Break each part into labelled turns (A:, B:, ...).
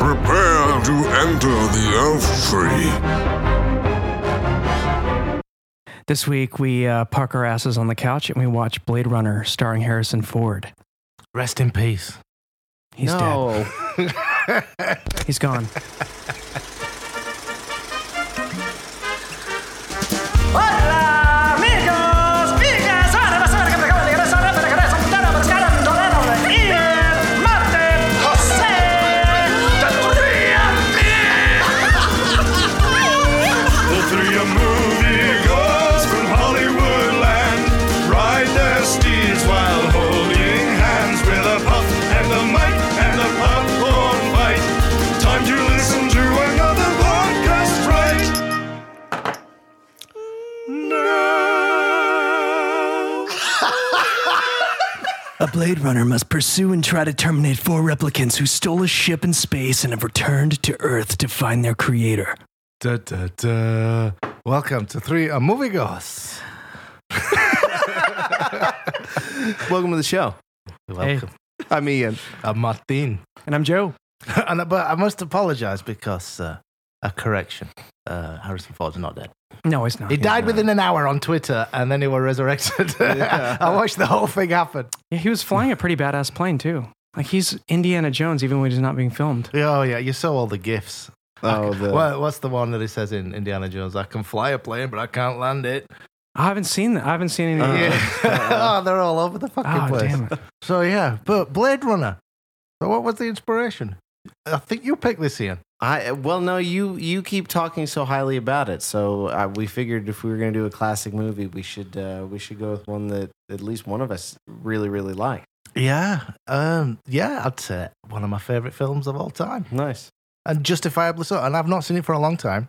A: Prepare to enter the Elf Tree.
B: This week, we uh, park our asses on the couch and we watch Blade Runner starring Harrison Ford.
C: Rest in peace.
B: He's
D: no.
B: dead. He's gone.
E: Hola amigos, chicas, ahora vas a ver que me acabo de llegar, ahora me regreso, ahora me rescatan, Dorado, Ian, Marten, José, Taturía,
F: The three of movie gods from Hollywood land ride their steeds while holding hands with a puff and a mic and a popcorn bite. Time to listen to another podcast, right? Now.
B: A Blade Runner must pursue and try to terminate four replicants who stole a ship in space and have returned to Earth to find their creator.
C: Da, da, da. Welcome to Three a Movie Goss.
D: Welcome to the show.
C: Welcome.
D: I'm Ian.
C: I'm Martin.
B: And I'm Joe.
D: and, but I must apologize because uh, a correction. Uh, Harrison Ford's not dead.
B: No, it's not.
C: He died within an hour on Twitter and then he was resurrected.
D: Yeah.
C: I watched the whole thing happen.
B: Yeah, he was flying a pretty badass plane, too. Like, he's Indiana Jones, even when he's not being filmed.
C: Oh, yeah. You saw all the gifs.
D: Oh, the,
C: What, what's the one that he says in Indiana Jones? I can fly a plane, but I can't land it.
B: I haven't seen that. I haven't seen any.
D: Uh,
C: yeah. oh, they're all over the fucking
B: oh,
C: place.
B: damn it.
C: So yeah, but Blade Runner. So what was the inspiration? I think you picked this, Ian.
D: I well, no, you you keep talking so highly about it, so uh, we figured if we were going to do a classic movie, we should uh, we should go with one that at least one of us really really liked.
C: Yeah, um, yeah, I'd say one of my favorite films of all time,
D: Nice.
C: and justifiably so. And I've not seen it for a long time,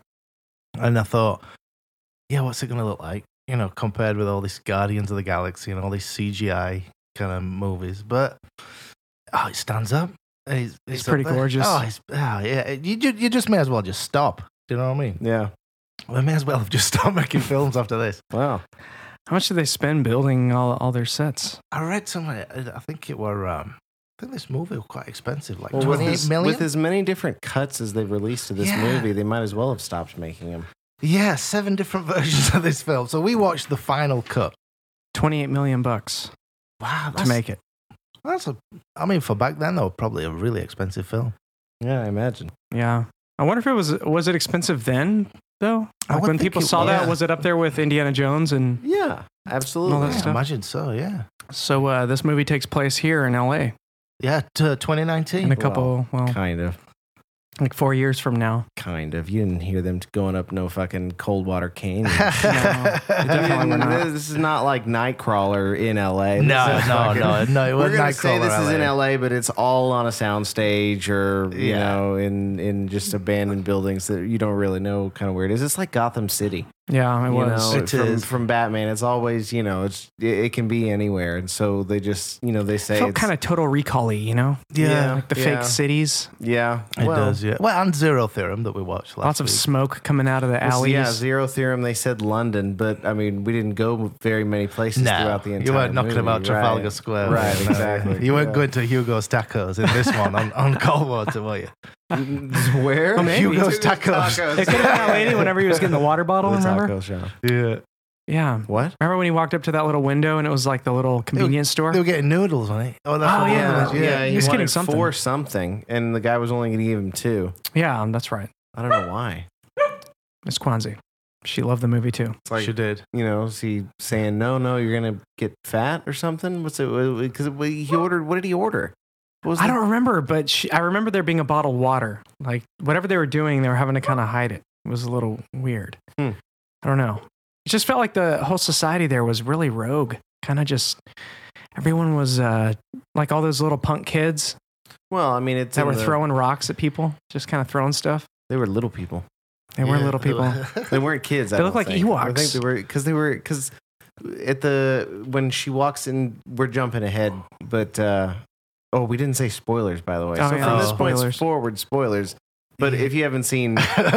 C: and I thought, yeah, what's it going to look like? You know, compared with all this Guardians of the Galaxy and all these CGI kind of movies, but oh, it stands up. It's,
B: It's
C: up
B: pretty
C: there.
B: gorgeous.
C: Oh, it's, oh yeah, you ju- you just may as well just stop. Do you know what I mean?
D: Yeah.
C: We may as well have just stopped making films after this.
D: Wow.
B: How much do they spend building all, all their sets?
C: I read somewhere. uh, I I think it were. Um, I think this movie was quite expensive, like
D: Well, with,
C: twenty eight
D: as,
C: million.
D: with as many different cuts as they've released to this
C: Yeah.
D: movie, they might as well have stopped making them.
C: yeah, seven different versions of this film. So we watched the final cut.
B: 28 million bucks
C: Wow,
B: to make it.
C: that's a. I mean, for back then, though, probably a really expensive film.
D: Yeah, I imagine.
B: Yeah. I wonder if it was was it expensive then though?
C: I
B: Like
C: would
B: when
C: think
B: people
C: it
B: saw that,
C: was.
B: was it up there with Indiana Jones? And
D: Yeah, absolutely.
B: Well, that's
C: Yeah,
B: tough.
C: imagine so. Yeah,
B: so uh, this movie takes place here in L.A.
C: yeah. T- twenty
B: in a
C: nineteen.
B: couple, well,
D: Kind of,
B: like four years from now.
D: kind of. You didn't hear them going up no fucking cold water cane.
B: definitely were
C: no,
B: not.
D: this is not like Nightcrawler in LA. This is
C: no,
D: fucking-
C: no, no. It
D: We're
C: was
D: gonna
C: Nightcrawler.
D: say this is in
C: LA.
D: LA, but it's all on a soundstage or you
C: Yeah.
D: know in in just abandoned buildings that you don't really know kind of where it is. It's like Gotham City.
B: Yeah, it
D: you
B: was.
D: know,
C: It
D: from,
C: is.
D: from Batman. It's always you know it's it, it can be anywhere, and so they just you know they say
B: Felt
D: it's-
B: kind of total recall you know?
C: Yeah,
B: Like the
D: yeah.
B: fake cities,
D: yeah
C: it does. Yeah. Well, and Zero Theorem that we watched. Last
B: lots of
C: week.
B: smoke coming out of the
D: Well,
B: alleys.
D: Yeah, Zero Theorem. They said London, but I mean, we didn't go very many places
C: No,
D: throughout the entire.
C: you weren't knocking
D: movie,
C: about Trafalgar
D: right.
C: Square,
D: right?
C: No,
D: Exactly.
C: You weren't
D: Yeah.
C: going to Hugo's Tacos in this one on, on Coldwater, were you?
D: Where?
B: Oh, maybe.
C: Hugo's Tacos.
B: It could have been that lady whenever he was getting the water bottle,
D: The
B: remember?
D: taco shop.
C: Yeah,
B: Yeah.
D: What?
B: Remember when he walked up to that little window and it was like the little convenience store?
C: they were getting noodles on it. Oh, that's
B: Oh,
C: what the
B: yeah.
C: other ones- yeah.
B: he was getting
D: wanted
B: something.
D: for something, and the guy was only going to give him two.
B: yeah, that's right.
D: I don't know why.
B: Miss Kwanzaa. She loved the movie too.
D: It's like
C: she did.
D: you know, is he saying no, no, you're going to get fat or something? What's it? Because he ordered. What did he order? What was
B: I
D: the-
B: don't remember, but she, I remember there being a bottle of water. Like whatever they were doing, they were having to kind of hide it. It was a little weird.
D: Hmm.
B: I don't know. It just felt like the whole society there was really rogue. Kind of just everyone was uh, like all those little punk kids
D: Well, I mean, it's
B: that
D: in
B: were
D: the-
B: throwing rocks at people, just kind of throwing stuff.
D: They were little people.
B: They were little people.
D: They weren't kids. I
B: They look
D: don't
B: like
D: think. I think
B: Ewoks.
D: they were because they were because at the when she walks in, we're jumping ahead, but uh oh, we didn't say spoilers by the way.
B: Oh,
D: so
B: yeah.
D: from
C: Oh.
D: this point
B: Spoilers.
D: forward, spoilers. But if you haven't seen,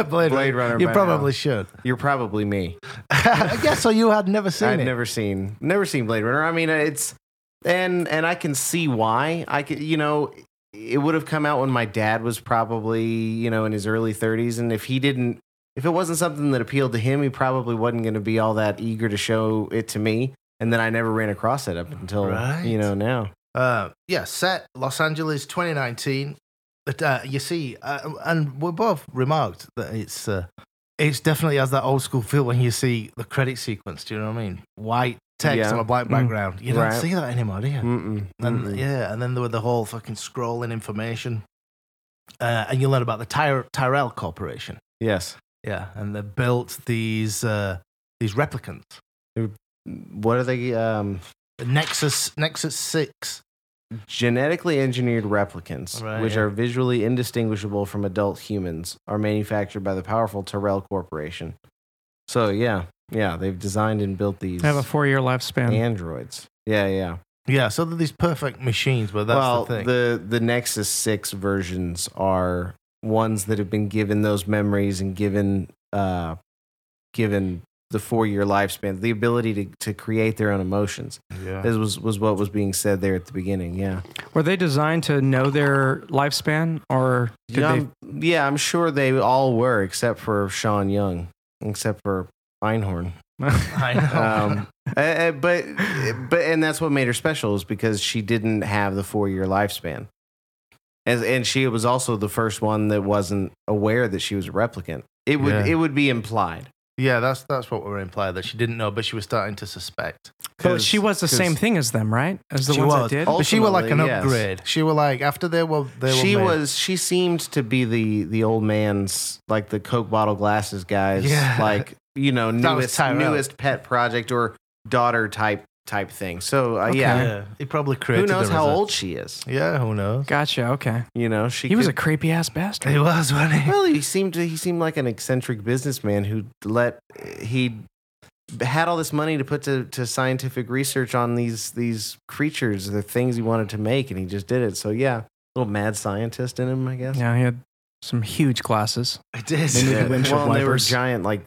C: Blade,
D: Blade Runner
C: You
D: by
C: probably
D: now.
C: should.
D: you're probably me.
C: I guess so. You had never seen
D: I've
C: it.
D: never seen never seen Blade Runner. I mean, it's and and I can see why. I can you know it would have come out when my dad was probably, you know, in his early 30s. And if he didn't, if it wasn't something that appealed to him, he probably wasn't going to be all that eager to show it to me. And then I never ran across it up until,
C: Right.
D: you know, now.
C: Uh, yeah, set Los Angeles 2019. But uh, you see, uh, and we both remarked that it's uh, it's definitely has that old school feel when you see the credit sequence. Do you know what I mean? White text
D: Yeah.
C: on a black
B: Mm.
C: background. You don't
D: Right.
C: see that anymore, do you?
D: Mm-mm.
C: And
D: Mm-mm.
C: yeah, and then there were the whole fucking scrolling information, uh, and you learn about the Tyre Tyrell Corporation.
D: Yes.
C: Yeah, and they built these uh, these replicants,
D: What are they? Um,
C: the Nexus Nexus Six.
D: Genetically engineered replicants,
C: Right,
D: which
C: yeah.
D: are visually indistinguishable from adult humans, are manufactured by the powerful Terrell Corporation. So yeah, yeah, they've designed and built these
B: They have a four year lifespan.
D: androids. Yeah, yeah.
C: Yeah, so they're these perfect machines, but that's
D: well,
C: the thing.
D: the the Nexus Six versions are ones that have been given those memories and given uh, given the four year lifespan, the ability to, to create their own emotions.
C: yeah.
D: This was was what was being said there at the beginning. Yeah.
B: Were they designed to know their lifespan or did
D: yeah,
B: they
D: I'm, yeah, I'm sure they all were, except for Sean Young, except for Einhorn.
C: I
B: Oh.
C: know.
D: Um, eh, eh, but but and that's what made her special is because she didn't have the four year lifespan, and and she was also the first one that wasn't aware that she was a replicant. It would
C: Yeah.
D: it would be implied.
C: yeah, that's that's what we were implied that she didn't know, but she was starting to suspect.
B: But she was the
D: Um, 'cause-
B: same thing as them, right? As the ones that did.
D: Oh,
C: but she were like an
D: Ultimately, yes.
C: upgrade. She were like after they were they were.
D: she
C: made-
D: was she seemed to be the the old man's like the coke bottle glasses guys
C: Yeah.
D: like you know
C: That was
D: newest
C: Tyrell.
D: newest pet project or daughter type type thing so uh, yeah
C: Yeah, he probably
D: who
C: created.
D: knows
C: her
D: how
C: as a-
D: old she is
C: Yeah, who knows?
B: Gotcha. Okay.
D: you know she
B: He was a
D: could-
B: creepy ass bastard.
C: He was, wasn't he?
D: well he seemed to, he seemed like an eccentric businessman who let he had all this money to put to, to scientific research on these these creatures the things he wanted to make and he just did it so yeah little mad scientist in him i guess
B: Yeah, he had some huge glasses.
C: I did.
B: They needed
D: Yeah.
B: windshield
D: Well, and they were
B: wipers.
D: giant like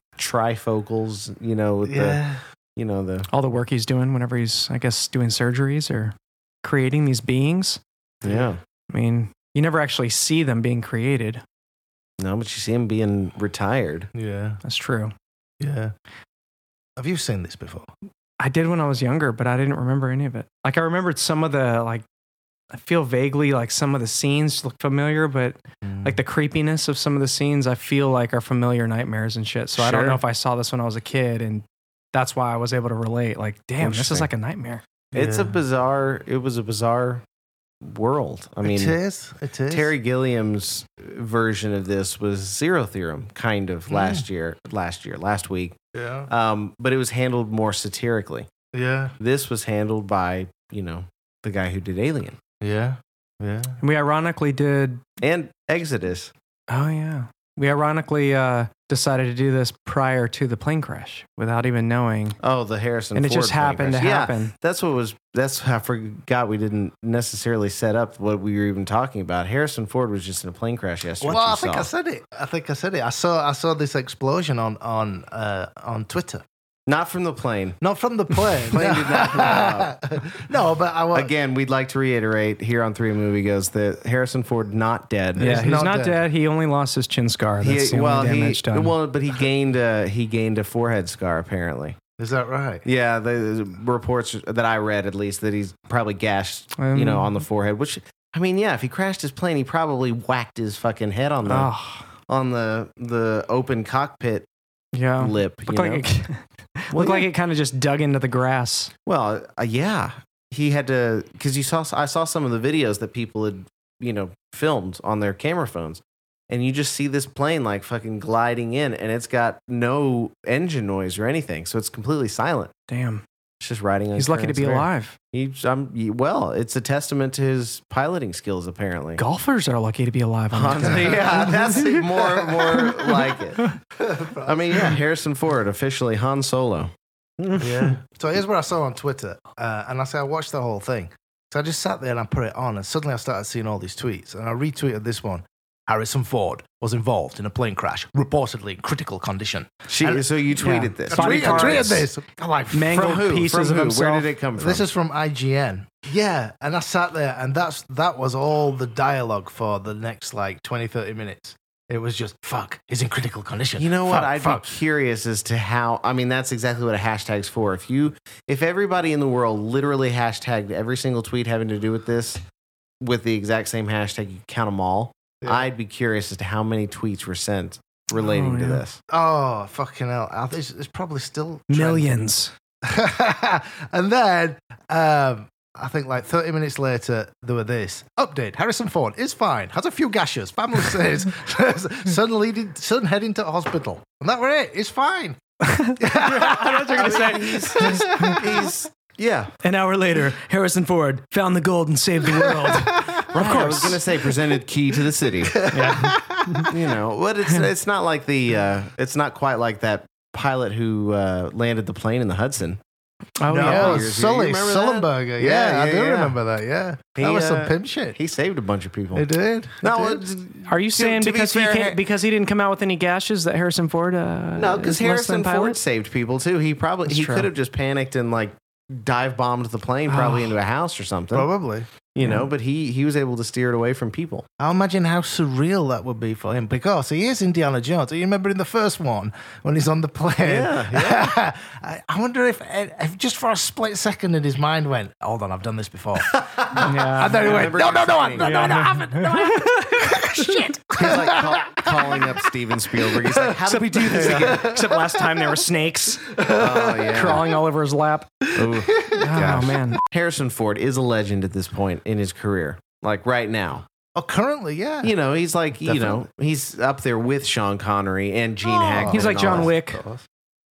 D: trifocals, you know, with the
C: Yeah.
D: you know the
B: All the work he's doing whenever he's, I guess, doing surgeries or creating these beings.
D: yeah.
B: I mean, you never actually see them being created.
D: No, but you see him being retired.
C: Yeah.
B: That's true.
C: Yeah. Have you seen this before?
B: I did when I was younger, but I didn't remember any of it. Like I remembered some of the like. I feel vaguely like some of the scenes look familiar, but
D: Mm.
B: like the creepiness of some of the scenes I feel like are familiar nightmares and shit. So I don't
D: Sure.
B: know if I saw this when I was a kid and that's why I was able to relate. Like, damn, this is
D: Interesting.
B: like a nightmare.
D: It's a
C: Yeah.
D: bizarre. It was a bizarre world. I
C: it
D: mean,
C: is. It is.
D: Terry Gilliam's version of this was Zero Theorem, kind
C: Mm.
D: of last year, last year, last week.
C: Yeah.
D: Um, but it was handled more satirically.
C: Yeah.
D: This was handled by you know the guy who did Alien
C: Yeah. Yeah.
B: And we ironically did
D: and Exodus.
B: oh yeah. We ironically uh decided to do this prior to the plane crash without even knowing.
D: Oh, the Harrison.
B: And it
D: Ford
B: just
D: plane
B: happened to
D: crash. Yeah,
B: happen.
D: That's what was. That's I forgot we didn't necessarily set up what we were even talking about. Harrison Ford was just in a plane crash yesterday.
C: Well,
D: which
C: I think
D: you saw.
C: I said it. I think I said it. I saw. I saw this explosion on on uh, on Twitter.
D: not from the plane.
C: Not from the plane.
D: Plane did not blow
C: no, but I was.
D: Again, we'd like to reiterate here on Three Movie Goes that Harrison Ford not dead.
B: Yeah,
C: He's
B: he's,
C: not
B: not,
C: dead.
B: dead. He only lost his chin scar.
D: He-
B: That's the
D: well,
B: only
D: he
B: damage done.
D: well, but he gained a he gained a forehead scar apparently.
C: Is that right?
D: Yeah, the the reports that I read at least that he's probably gashed, you know,
B: Um,
D: on the forehead. Which I mean, yeah, if he crashed his plane, he probably whacked his fucking head on the
B: oh,
D: on the the open cockpit
B: yeah.
D: lip. You
B: Looked
D: know?
B: like it, looked like it kind of just dug into the grass.
D: Well, uh, yeah, he had to because you saw I saw some of the videos that people had you know filmed on their camera phones, and you just see this plane like fucking gliding in, and it's got no engine noise or anything, so it's completely silent.
B: Damn.
D: It's just riding. On
B: He's lucky to
D: currents
B: be
D: there.
B: alive.
D: He's um, he- well, it's a testament to his piloting skills apparently.
B: Golfers are lucky to be alive. on that.
D: Honestly, yeah, that's more more like it. I mean, yeah, Harrison Ford officially Han Solo.
C: Yeah. so here's what I saw on Twitter, uh, and I say I watched the whole thing. So I just sat there and I put it on, and suddenly I started seeing all these tweets, and I retweeted this one. Harrison Ford was involved in a plane crash, reportedly in critical condition.
D: She, so you tweeted
B: Yeah.
D: this.
B: Body
C: Tweet- I tweeted
B: parts.
C: this. I'm like,
B: Mangled
D: From who?
B: pieces
D: From
B: of
D: who?
B: himself.
D: Where did it come from?
C: This is from IGN. Yeah, and I sat there, and that's that was all the dialogue for the next like 20, 30 minutes. It was just fuck. He's in critical condition.
D: You know what?
C: Fuck,
D: I'd
C: fuck.
D: be curious as to how. I mean, that's exactly what a hashtag's for. If you, if everybody in the world literally hashtagged every single tweet having to do with this, with the exact same hashtag, you count them all.
C: Yeah.
D: I'd be curious as to how many tweets were sent relating
B: Oh,
D: to
B: yeah.
D: this.
C: Oh fucking hell! I- There's, there's probably still
B: Millions.
C: and then um, I think like 30 minutes later, there were this update: Harrison Ford is fine, has a few gashes. Family says son leading son heading to hospital, and that were it. It's fine.
B: That's what I was
D: I
B: gonna
D: mean,
B: say.
D: he's, he's, he's- yeah.
B: An hour later, Harrison Ford found the gold and saved the world.
D: Of course. I was gonna say presented key to the city. you know, but it's it's not like the uh, it's not quite like that pilot who uh, landed the plane in the Hudson.
B: oh
C: no,
D: yeah. You
C: Sully
D: remember that?
C: Sullenberger. Yeah,
D: Yeah,
C: I
D: yeah,
C: do
D: yeah.
C: remember that. Yeah,
D: He,
C: that was some
D: uh,
C: pimp shit.
D: He uh, saved a bunch of people.
C: it did.
D: No,
C: it did.
D: it's-
B: Are you
D: to-
B: saying
D: to be
B: because he
D: fair,
B: can't, because he didn't come out with any gashes that Harrison Ford? Uh,
D: no,
B: is
D: because
B: less than
D: Harrison Ford
B: pilot?
D: saved people too. He probably
B: That's
D: he
B: true.
D: could have just panicked and like dive bombed the plane probably
B: Oh.
C: Ah.
D: into a house or something.
C: probably.
D: You know, but he he was able to steer it away from people.
C: I imagine how surreal that would be for him because he is Indiana Jones. You remember in the first one when he's on the plane?
D: Yeah,
C: I, I wonder if, if just for a split second in his mind went, hold on, I've done this before.
B: Yeah.
C: and then he went,
D: remember
C: no, no, no, I-
D: you
C: no, no, no, I haven't. No, I haven't."
D: He's like call, calling up Steven Spielberg. He's like, "How did we do this again?"
B: Except last time there were snakes
D: Oh yeah.
B: crawling all over his lap.
D: Ooh.
B: Oh man,
D: Harrison Ford is a legend at this point in his career. Like right now,
C: Oh, currently, yeah.
D: you know, he's like, you know, he's up there with Sean Connery and Gene
C: Oh.
D: Hackman.
B: he's like
D: and all
B: John
D: that.
B: Wick,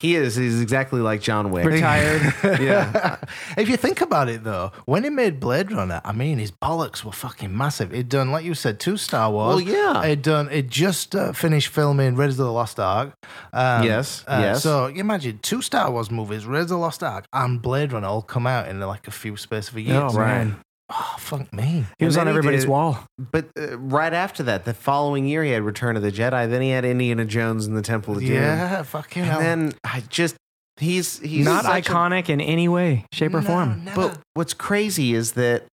D: He is. He's exactly like John Wick.
B: retired.
D: Yeah.
C: if you think about it, though, when he made Blade Runner, I mean, his bollocks were fucking massive. He'd done, like you said, two Star Wars.
D: Well, yeah.
C: He'd done. He'd just uh, finished filming Raiders of the Lost Ark. Um,
D: Yes,
C: uh,
D: yes.
C: So you imagine two Star Wars movies, Raiders of the Lost Ark and Blade Runner, all come out in like a few space of a year.
B: Oh man,
C: Oh, fuck me.
B: he was
D: And
B: on
D: then he
B: everybody's
D: did-
B: wall.
D: But uh, right after that, the following year, he had Return of the Jedi. Then he had Indiana Jones and the Temple of Doom.
C: Yeah, fucking
D: And
C: hell.
D: then I just he's he's
B: Not
D: such a-
B: iconic in any way, shape, or
C: No,
B: form.
C: never.
D: but what's crazy is that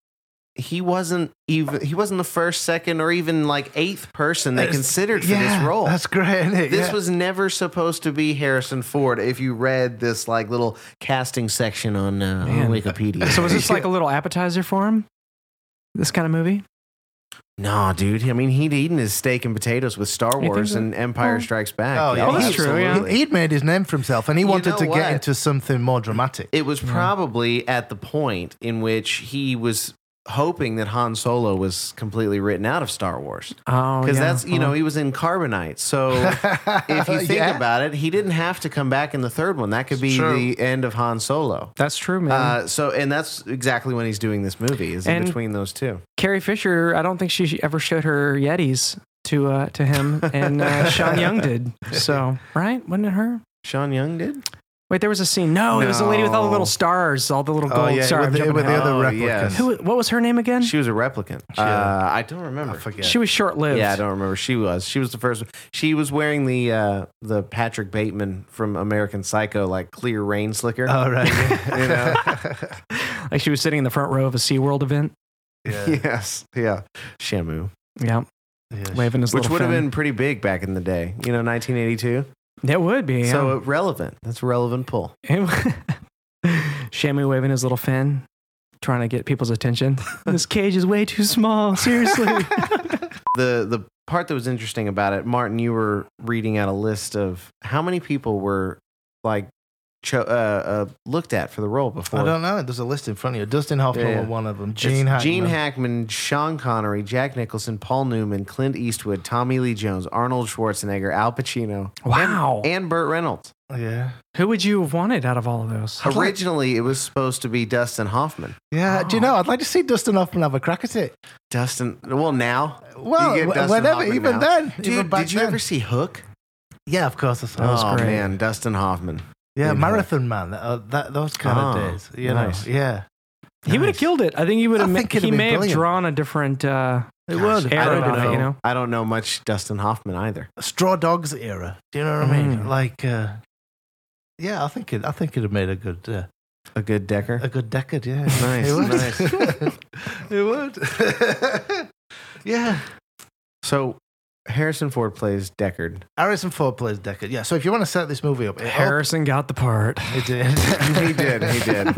D: he wasn't even he wasn't the first, second, or even like eighth person they
C: That's-
D: considered for
C: yeah,
D: this role.
C: That's great, isn't it?
D: This
C: Yeah.
D: was never supposed to be Harrison Ford. If you read this like little casting section on, uh, on
B: Man.
D: Wikipedia,
B: So was this like a little appetizer for him? This kind of movie?
D: no, dude. I mean, he'd eaten his steak and potatoes with Star
B: think
D: Wars
B: so?
D: and Empire Strikes Back.
C: Oh, yeah. Oh, that's
B: true, yeah.
D: absolutely.
C: He'd made his name for himself and he
D: You
C: wanted
D: know
C: to
D: what?
C: get into something more dramatic.
D: It was probably at the point in which he was hoping that Han Solo was completely written out of Star Wars
B: Oh,
D: because
B: yeah.
D: that's you know he was in Carbonite. So if you think
C: Uh-huh. Yeah.
D: about it, he didn't have to come back in the third one. That could be
C: True.
D: the end of Han Solo.
B: that's true, man.
D: Uh, so, and that's exactly when he's doing this movie is in
B: And-
D: between those two.
B: Carrie Fisher, I don't think she ever showed her Yetis to uh, to him, and uh, Sean Young did. So right, wasn't it her?
D: Sean Young did.
B: Wait, there was a scene. No, it was the lady with all the little
D: No.
B: stars, all the little gold.
C: Oh, yeah,
B: Sorry, I'm
C: with the,
B: jumping
C: with the
B: ahead.
C: other
D: Oh,
C: replicants.
D: yes.
B: Who? What was her name again?
D: She was a replicant.
C: She-
D: uh, I don't remember.
C: I forget.
B: She was short lived.
D: Yeah, I don't remember. She was. She was the first. one. She was wearing the uh, the Patrick Bateman from American Psycho, like clear rain slicker.
C: Oh, right.
D: You know?
B: Like she was sitting in the front row of a SeaWorld event.
C: yeah.
D: yes. Yeah. Shamu,
B: Yeah,
C: yeah.
B: waving his
D: which
B: little
D: would have
B: fin.
D: been pretty big back in the day. You know, 1982.
B: That would be.
D: So uh, relevant. That's a relevant pull.
B: yeah. Shamu waving his little fin, trying to get people's attention. this cage is way too small. Seriously.
D: the the part that was interesting about it, Martin, you were reading out a list of how many people were like cho- uh, uh, looked at for the role before.
C: I don't know. There's a list in front of you. Dustin Hoffman
D: Yeah, yeah.
C: was one of them. Gene Hackman.
D: Gene Hackman. Gene Hackman, Sean Connery, Jack Nicholson, Paul Newman, Clint Eastwood, Tommy Lee Jones, Arnold Schwarzenegger, Al Pacino,
B: wow.
D: and Burt Reynolds.
C: Yeah.
B: Who would you have wanted out of all of those?
D: Originally, it was supposed to be Dustin Hoffman.
C: Yeah. Do you
D: Oh.
B: Wow.
C: know? I'd like to see Dustin Hoffman have a crack at it.
D: Dustin, well, now,
C: Well,
D: get
C: wh-
D: Dustin
C: whenever,
D: Hoffman
C: even
D: now.
C: then. even
D: dude,
C: back
D: did you
C: then.
D: ever see Hook?
C: Yeah, of course. I saw it.
D: oh
B: great.
D: man, Dustin Hoffman.
C: Yeah,
D: Dude,
C: Marathon Man. that- uh, that, those kind
D: Ah,
C: of days. You
D: nice.
C: know? Yeah.
B: He would have
C: Nice.
B: killed it. I think he would
C: I
B: have.
C: think it'd
B: He
C: be
B: may have
C: brilliant.
B: drawn a different uh,
C: It
D: Gosh,
C: would.
D: I
B: era
D: don't
B: about
D: know.
B: it. You know,
D: I don't know much Dustin Hoffman either.
C: Straw Dogs era. Do you know what I mean?
B: Mm.
C: Like, uh, yeah, I think it. I think it'd have made a good, uh,
D: A good Decker.
C: a good decade. Yeah,
D: Nice,
C: It would.
D: nice.
C: it would. yeah,
D: So Harrison Ford plays Deckard.
C: Harrison Ford plays Deckard. Yeah, so if you want to set this movie up, it
B: Harrison got the part.
C: op- it did.
D: He did. He did.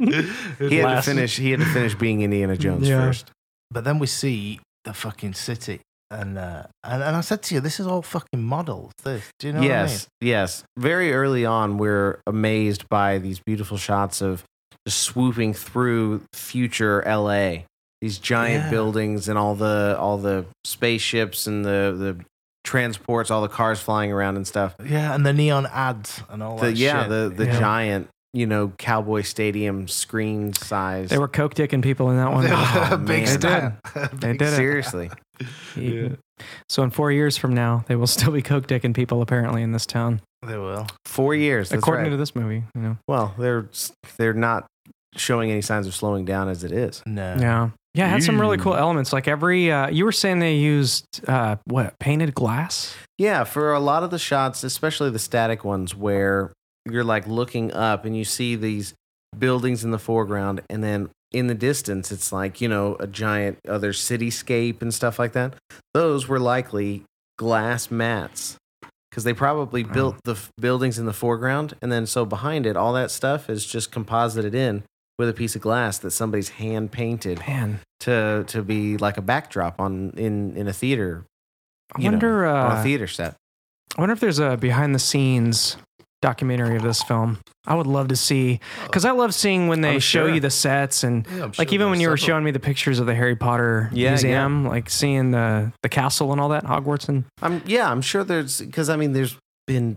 C: It
D: He had to
C: lasted.
D: finish. He had to finish being Indiana Jones
B: Yeah.
D: first.
C: But then we see the fucking city, and uh, and, and I said to you, this is all fucking models. This, do you know?
D: yes, yes. Very early on, we're amazed by these beautiful shots of just swooping through future LA. These giant
C: Yeah.
D: buildings and all the all the spaceships and the the transports, all the cars flying around and stuff.
C: What I mean? Yeah, and the neon ads and all
D: The,
C: that.
D: yeah,
C: shit.
D: the the
C: Yeah.
D: giant you know cowboy stadium screen size.
B: They were coke dicking people in that one.
D: Oh, man.
C: big
D: They did.
C: stan.
B: They did it.
D: seriously.
B: So in four years from now, they will still be coke dicking people apparently in this town,
C: They will.
D: Four years. That's
B: according
D: right.
B: to this movie. You know.
D: Well, they're they're not showing any signs of slowing down as it is.
C: No.
B: Yeah. Yeah, it had some really
D: Mm.
B: cool elements. Like every, uh, you were saying they used uh, what painted glass.
D: Yeah, for a lot of the shots, especially the static ones where you're like looking up and you see these buildings in the foreground and then in the distance it's like, you know, a giant other cityscape and stuff like that. Those were likely glass mats cuz they probably built the f- buildings in the foreground and then so behind it all that stuff is just composited in with a piece of glass that somebody's hand painted
B: Man,
D: to to be like a backdrop on in in a theater
B: I
D: You know,
B: wonder.
D: on a
B: uh,
D: theater set.
B: I wonder if there's a behind the scenes documentary of this film. I would love to see because I love seeing when they
D: I'm
B: show
D: sure.
B: you the sets and
C: Yeah, I'm
B: like
C: sure
B: even when
C: there's
B: you were
C: several.
B: showing me the pictures of the Harry Potter
D: Yeah, yeah.
B: museum, like seeing the the castle and all that Hogwarts and
D: I'm yeah, I'm sure there's because I mean there's been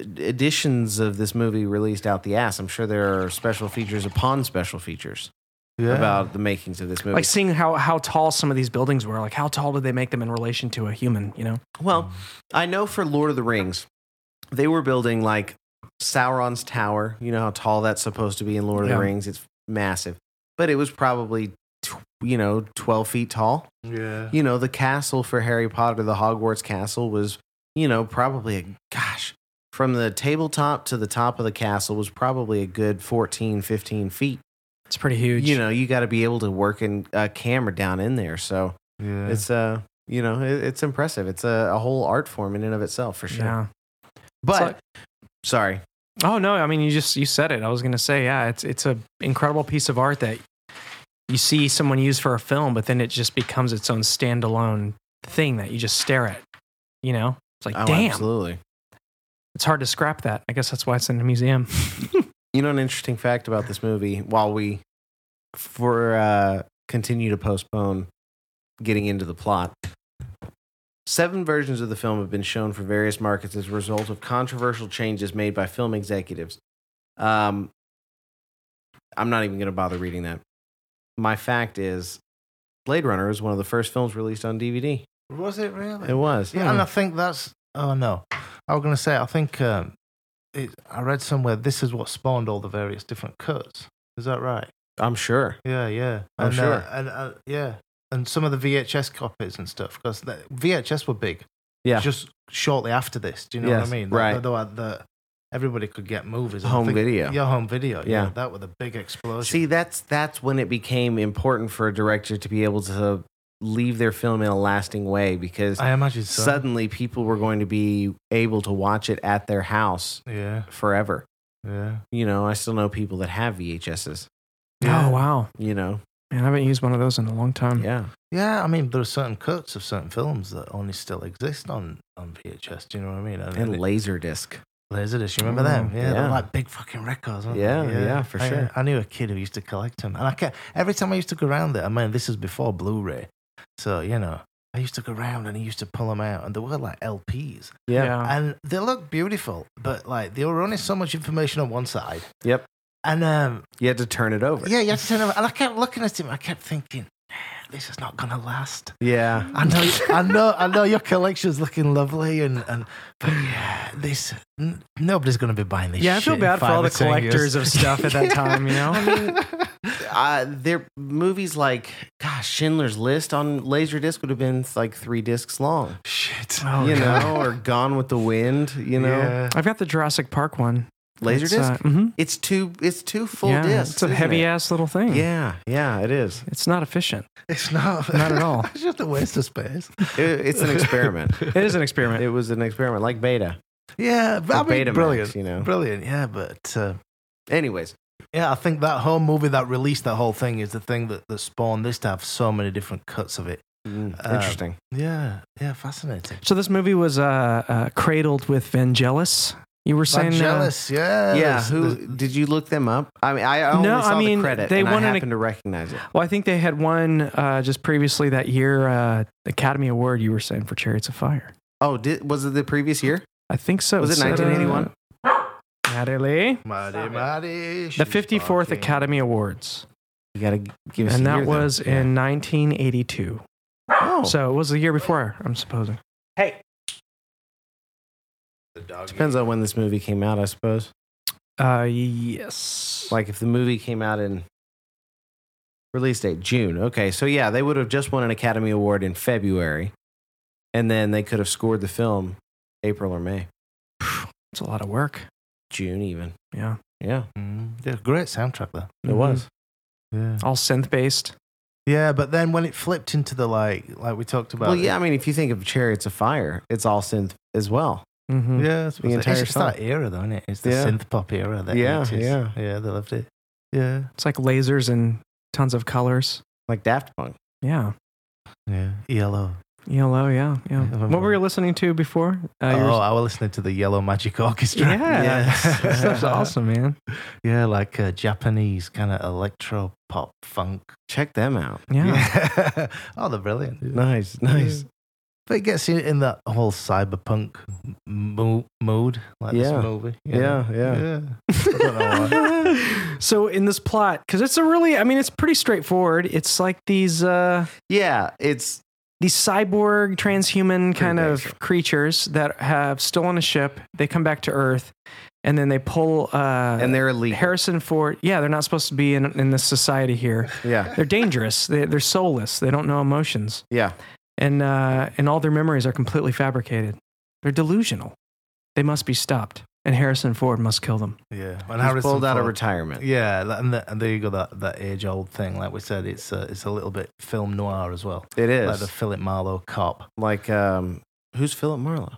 D: editions of this movie released out the ass. I'm sure there are special features upon special features
C: Yeah.
D: about the makings of this movie.
B: like seeing how how tall some of these buildings were. Like how tall did they make them in relation to a human? You know,
D: well, I know for Lord of the Rings, they were building like Sauron's tower. You know how tall that's supposed to be in Lord of
B: Yeah.
D: the Rings. It's massive, but it was probably tw- you know 12 feet tall.
C: yeah.
D: you know, the castle for Harry Potter, the Hogwarts castle was, you know, probably a gosh, from the tabletop to the top of the castle was probably a good 14, 15 feet.
B: it's pretty huge.
D: You know, you got to be able to work in a camera down in there. So
C: Yeah.
D: it's, uh, you know, it, it's impressive. It's a, a whole art form in and of itself for sure.
B: yeah.
D: But,
B: like-
D: sorry.
B: Oh no, I mean you just you said it. I was gonna say yeah, it's it's a incredible piece of art that you see someone use for a film, but then it just becomes its own standalone thing that you just stare at. You know, it's like
D: Oh,
B: damn,
D: absolutely.
B: it's hard to scrap that. I guess that's why it's in a museum.
D: You know, an interesting fact about this movie while we for uh, continue to postpone getting into the plot. Seven versions of the film have been shown for various markets as a result of controversial changes made by film executives. Um, I'm not even going to bother reading that. My fact is, Blade Runner is one of the first films released on DVD.
C: was it really?
D: It was.
C: Yeah, and I think that's. Oh no, I was going to say. I think um, it, I read somewhere this is what spawned all the various different cuts. Is that right?
D: I'm sure.
C: Yeah, yeah.
D: I'm
C: and,
D: Oh, sure.
C: Uh, and uh, yeah, and some of the VHS copies and stuff because VHS were big.
D: Yeah.
C: Just shortly after this, do you know
D: Yes,
C: what I mean?
D: right.
C: Though I- the- everybody could get movies. And I
D: Home
C: think-
D: video.
C: Yeah, home video. Yeah.
D: Yeah.
C: that was a big explosion.
D: See, that's that's when it became important for a director to be able to leave their film in a lasting way because
C: I imagine so.
D: suddenly people were going to be able to watch it at their house
C: Yeah,
D: forever.
C: yeah.
D: You know, I still know people that have VHSs,
C: Yeah.
B: Oh wow,
D: you know.
B: man, I haven't used one of those in a long
C: Hmm.
B: time.
D: Yeah.
C: Yeah, I mean, there are certain cuts of certain films that only still exist on, on VHS. Do you know what I mean? And,
D: And
C: it-
D: Laserdisc.
C: Laserdisc, you remember
B: Oh,
C: them? Yeah,
D: Mm, yeah.
C: they're like big fucking records. Aren't
D: Yeah,
C: they?
D: yeah, for
C: I,
D: sure.
C: I knew a kid who used to collect them, and I kept, every time I used to go around there. I mean, this is before Blu-ray, so you know, I used to go around and he used to pull them out, and they were like LPs,
D: Yeah.
C: and they looked beautiful, but like there were only so much information on one side.
D: Yep.
C: And um,
D: You had to turn it over.
C: yeah, you had to turn over, and I kept looking at him. I kept thinking, this is not gonna last.
D: Yeah.
C: I know, I know, I know. Your collection's looking lovely, and and but yeah, this n- nobody's going to be buying this.
B: Yeah, I
C: shit
B: feel
C: in
B: bad for
C: five
B: all
C: or
B: the
C: 10 years.
B: collectors of stuff at that time. You know,
C: I mean,
D: uh, their movies like gosh, Schindler's List on Laserdisc would have been like three discs long,
C: Shit.
B: Oh,
D: you
B: God.
D: know, or Gone with the Wind, you know,
C: Yeah.
B: I've got the Jurassic Park one.
D: Laserdisc. It's,
B: hmm
D: two. It's two full
B: yeah,
D: discs.
B: It's a
D: isn't
B: heavy
D: it?
B: ass little thing.
D: Yeah, yeah, it is.
B: It's not efficient.
C: It's not.
B: Not at all.
C: it's just a waste of space.
D: It- it's an experiment.
B: It is an experiment.
D: it was an experiment, like Beta.
C: Yeah, but I
D: Or
C: mean,
D: Betamax,
C: brilliant.
D: you know.
C: Brilliant. Yeah, but uh,
D: Anyways,
C: yeah, I think that whole movie that released that whole thing is the thing that, that spawned this to have so many different cuts of it. Um,
D: Mm, interesting.
C: Yeah, yeah, fascinating.
B: so this movie was uh, uh, cradled with Vangelis. You were saying uh,
C: jealous. yeah.
D: yeah,
C: this-
D: who
C: this-
D: did you look them up? I mean, I only
B: No,
D: saw
B: I mean,
D: the credit.
B: they
D: and I
B: wanted to-
D: happened to recognize it.
B: Well, I think they had one uh, just previously that year, uh, Academy Award. You were saying for Chariots of Fire.
D: Oh, did, was it the previous year?
B: I think so.
D: Was it
B: said, uh,
D: 1981?
B: Natalie,
C: Marty, Marty.
B: the
C: she's
B: 54th
C: barking.
B: Academy Awards,
D: You gotta g- give us
B: and
D: a
B: that
D: year, though.
B: was
D: Yeah.
B: in 1982.
D: Oh,
B: So it was the year before, I'm supposing.
C: The dog.
D: depends on when this movie came out, I suppose.
B: Uh, yes.
D: Like if the movie came out in release date June. Okay, so yeah, they would have just won an Academy Award in February, and then they could have scored the film April or May,
B: it's a lot of work.
D: June even.
B: Yeah,
D: Yeah,
C: Mm, yeah, great soundtrack there.
D: it was.
C: Yeah.
B: all synth based.
C: Yeah, but then when it flipped into the like, like we talked about.
D: Well, yeah, I mean, if you think of Chariots of Fire, it's all synth as well.
B: Mm-hmm.
C: Yeah, that's
D: The
C: what-
D: entire
C: it's just that era, though, isn't it? It's the
D: Mm. Yeah.
C: synth pop era. The
D: Yeah,
C: 80s.
D: yeah.
C: yeah. They loved it. Yeah,
B: It's like lasers and tons of colors.
D: Like Daft Punk.
B: Yeah.
C: yeah. Yellow.
B: Yellow. Yeah. Yeah. What were you listening to before? Uh, you were-
C: oh, I was listening to the Yellow Magic Orchestra.
B: yeah. That stuff's
C: yeah.
B: awesome, man.
C: Yeah, like uh, Japanese kind of electro pop funk.
D: Check them out.
B: Yeah.
C: Yeah. oh, they're brilliant.
D: Nice, nice.
C: But it gets you in that whole cyberpunk mo- mood, like
D: Yeah.
C: this movie. you know?
D: Yeah, yeah.
C: I don't know why.
B: so in this plot, because it's a really, I mean, it's pretty straightforward. It's like these uh,
D: Yeah, it's
B: these cyborg, transhuman kind
D: basic.
B: of creatures that have stolen a ship. They come back to Earth, and then they pull. Uh,
D: and they're elite.
B: Harrison Ford. Yeah, they're not supposed to be in in this society here.
D: yeah,
B: They're dangerous. They, they're soulless. They don't know emotions,
D: yeah.
B: and uh, and all their memories are completely fabricated. They're delusional. They must be stopped, and Harrison Ford must kill them.
C: yeah.
D: And
C: When
D: He's
C: Harrison
D: pulled out of
C: Ford-
D: retirement.
C: Yeah, that- and, the, and there you go. That, that age old thing, like we said, it's uh, it's a little bit film noir as well,
D: It is
C: like the Philip Marlowe cop.
D: like um, who's Philip Marlowe?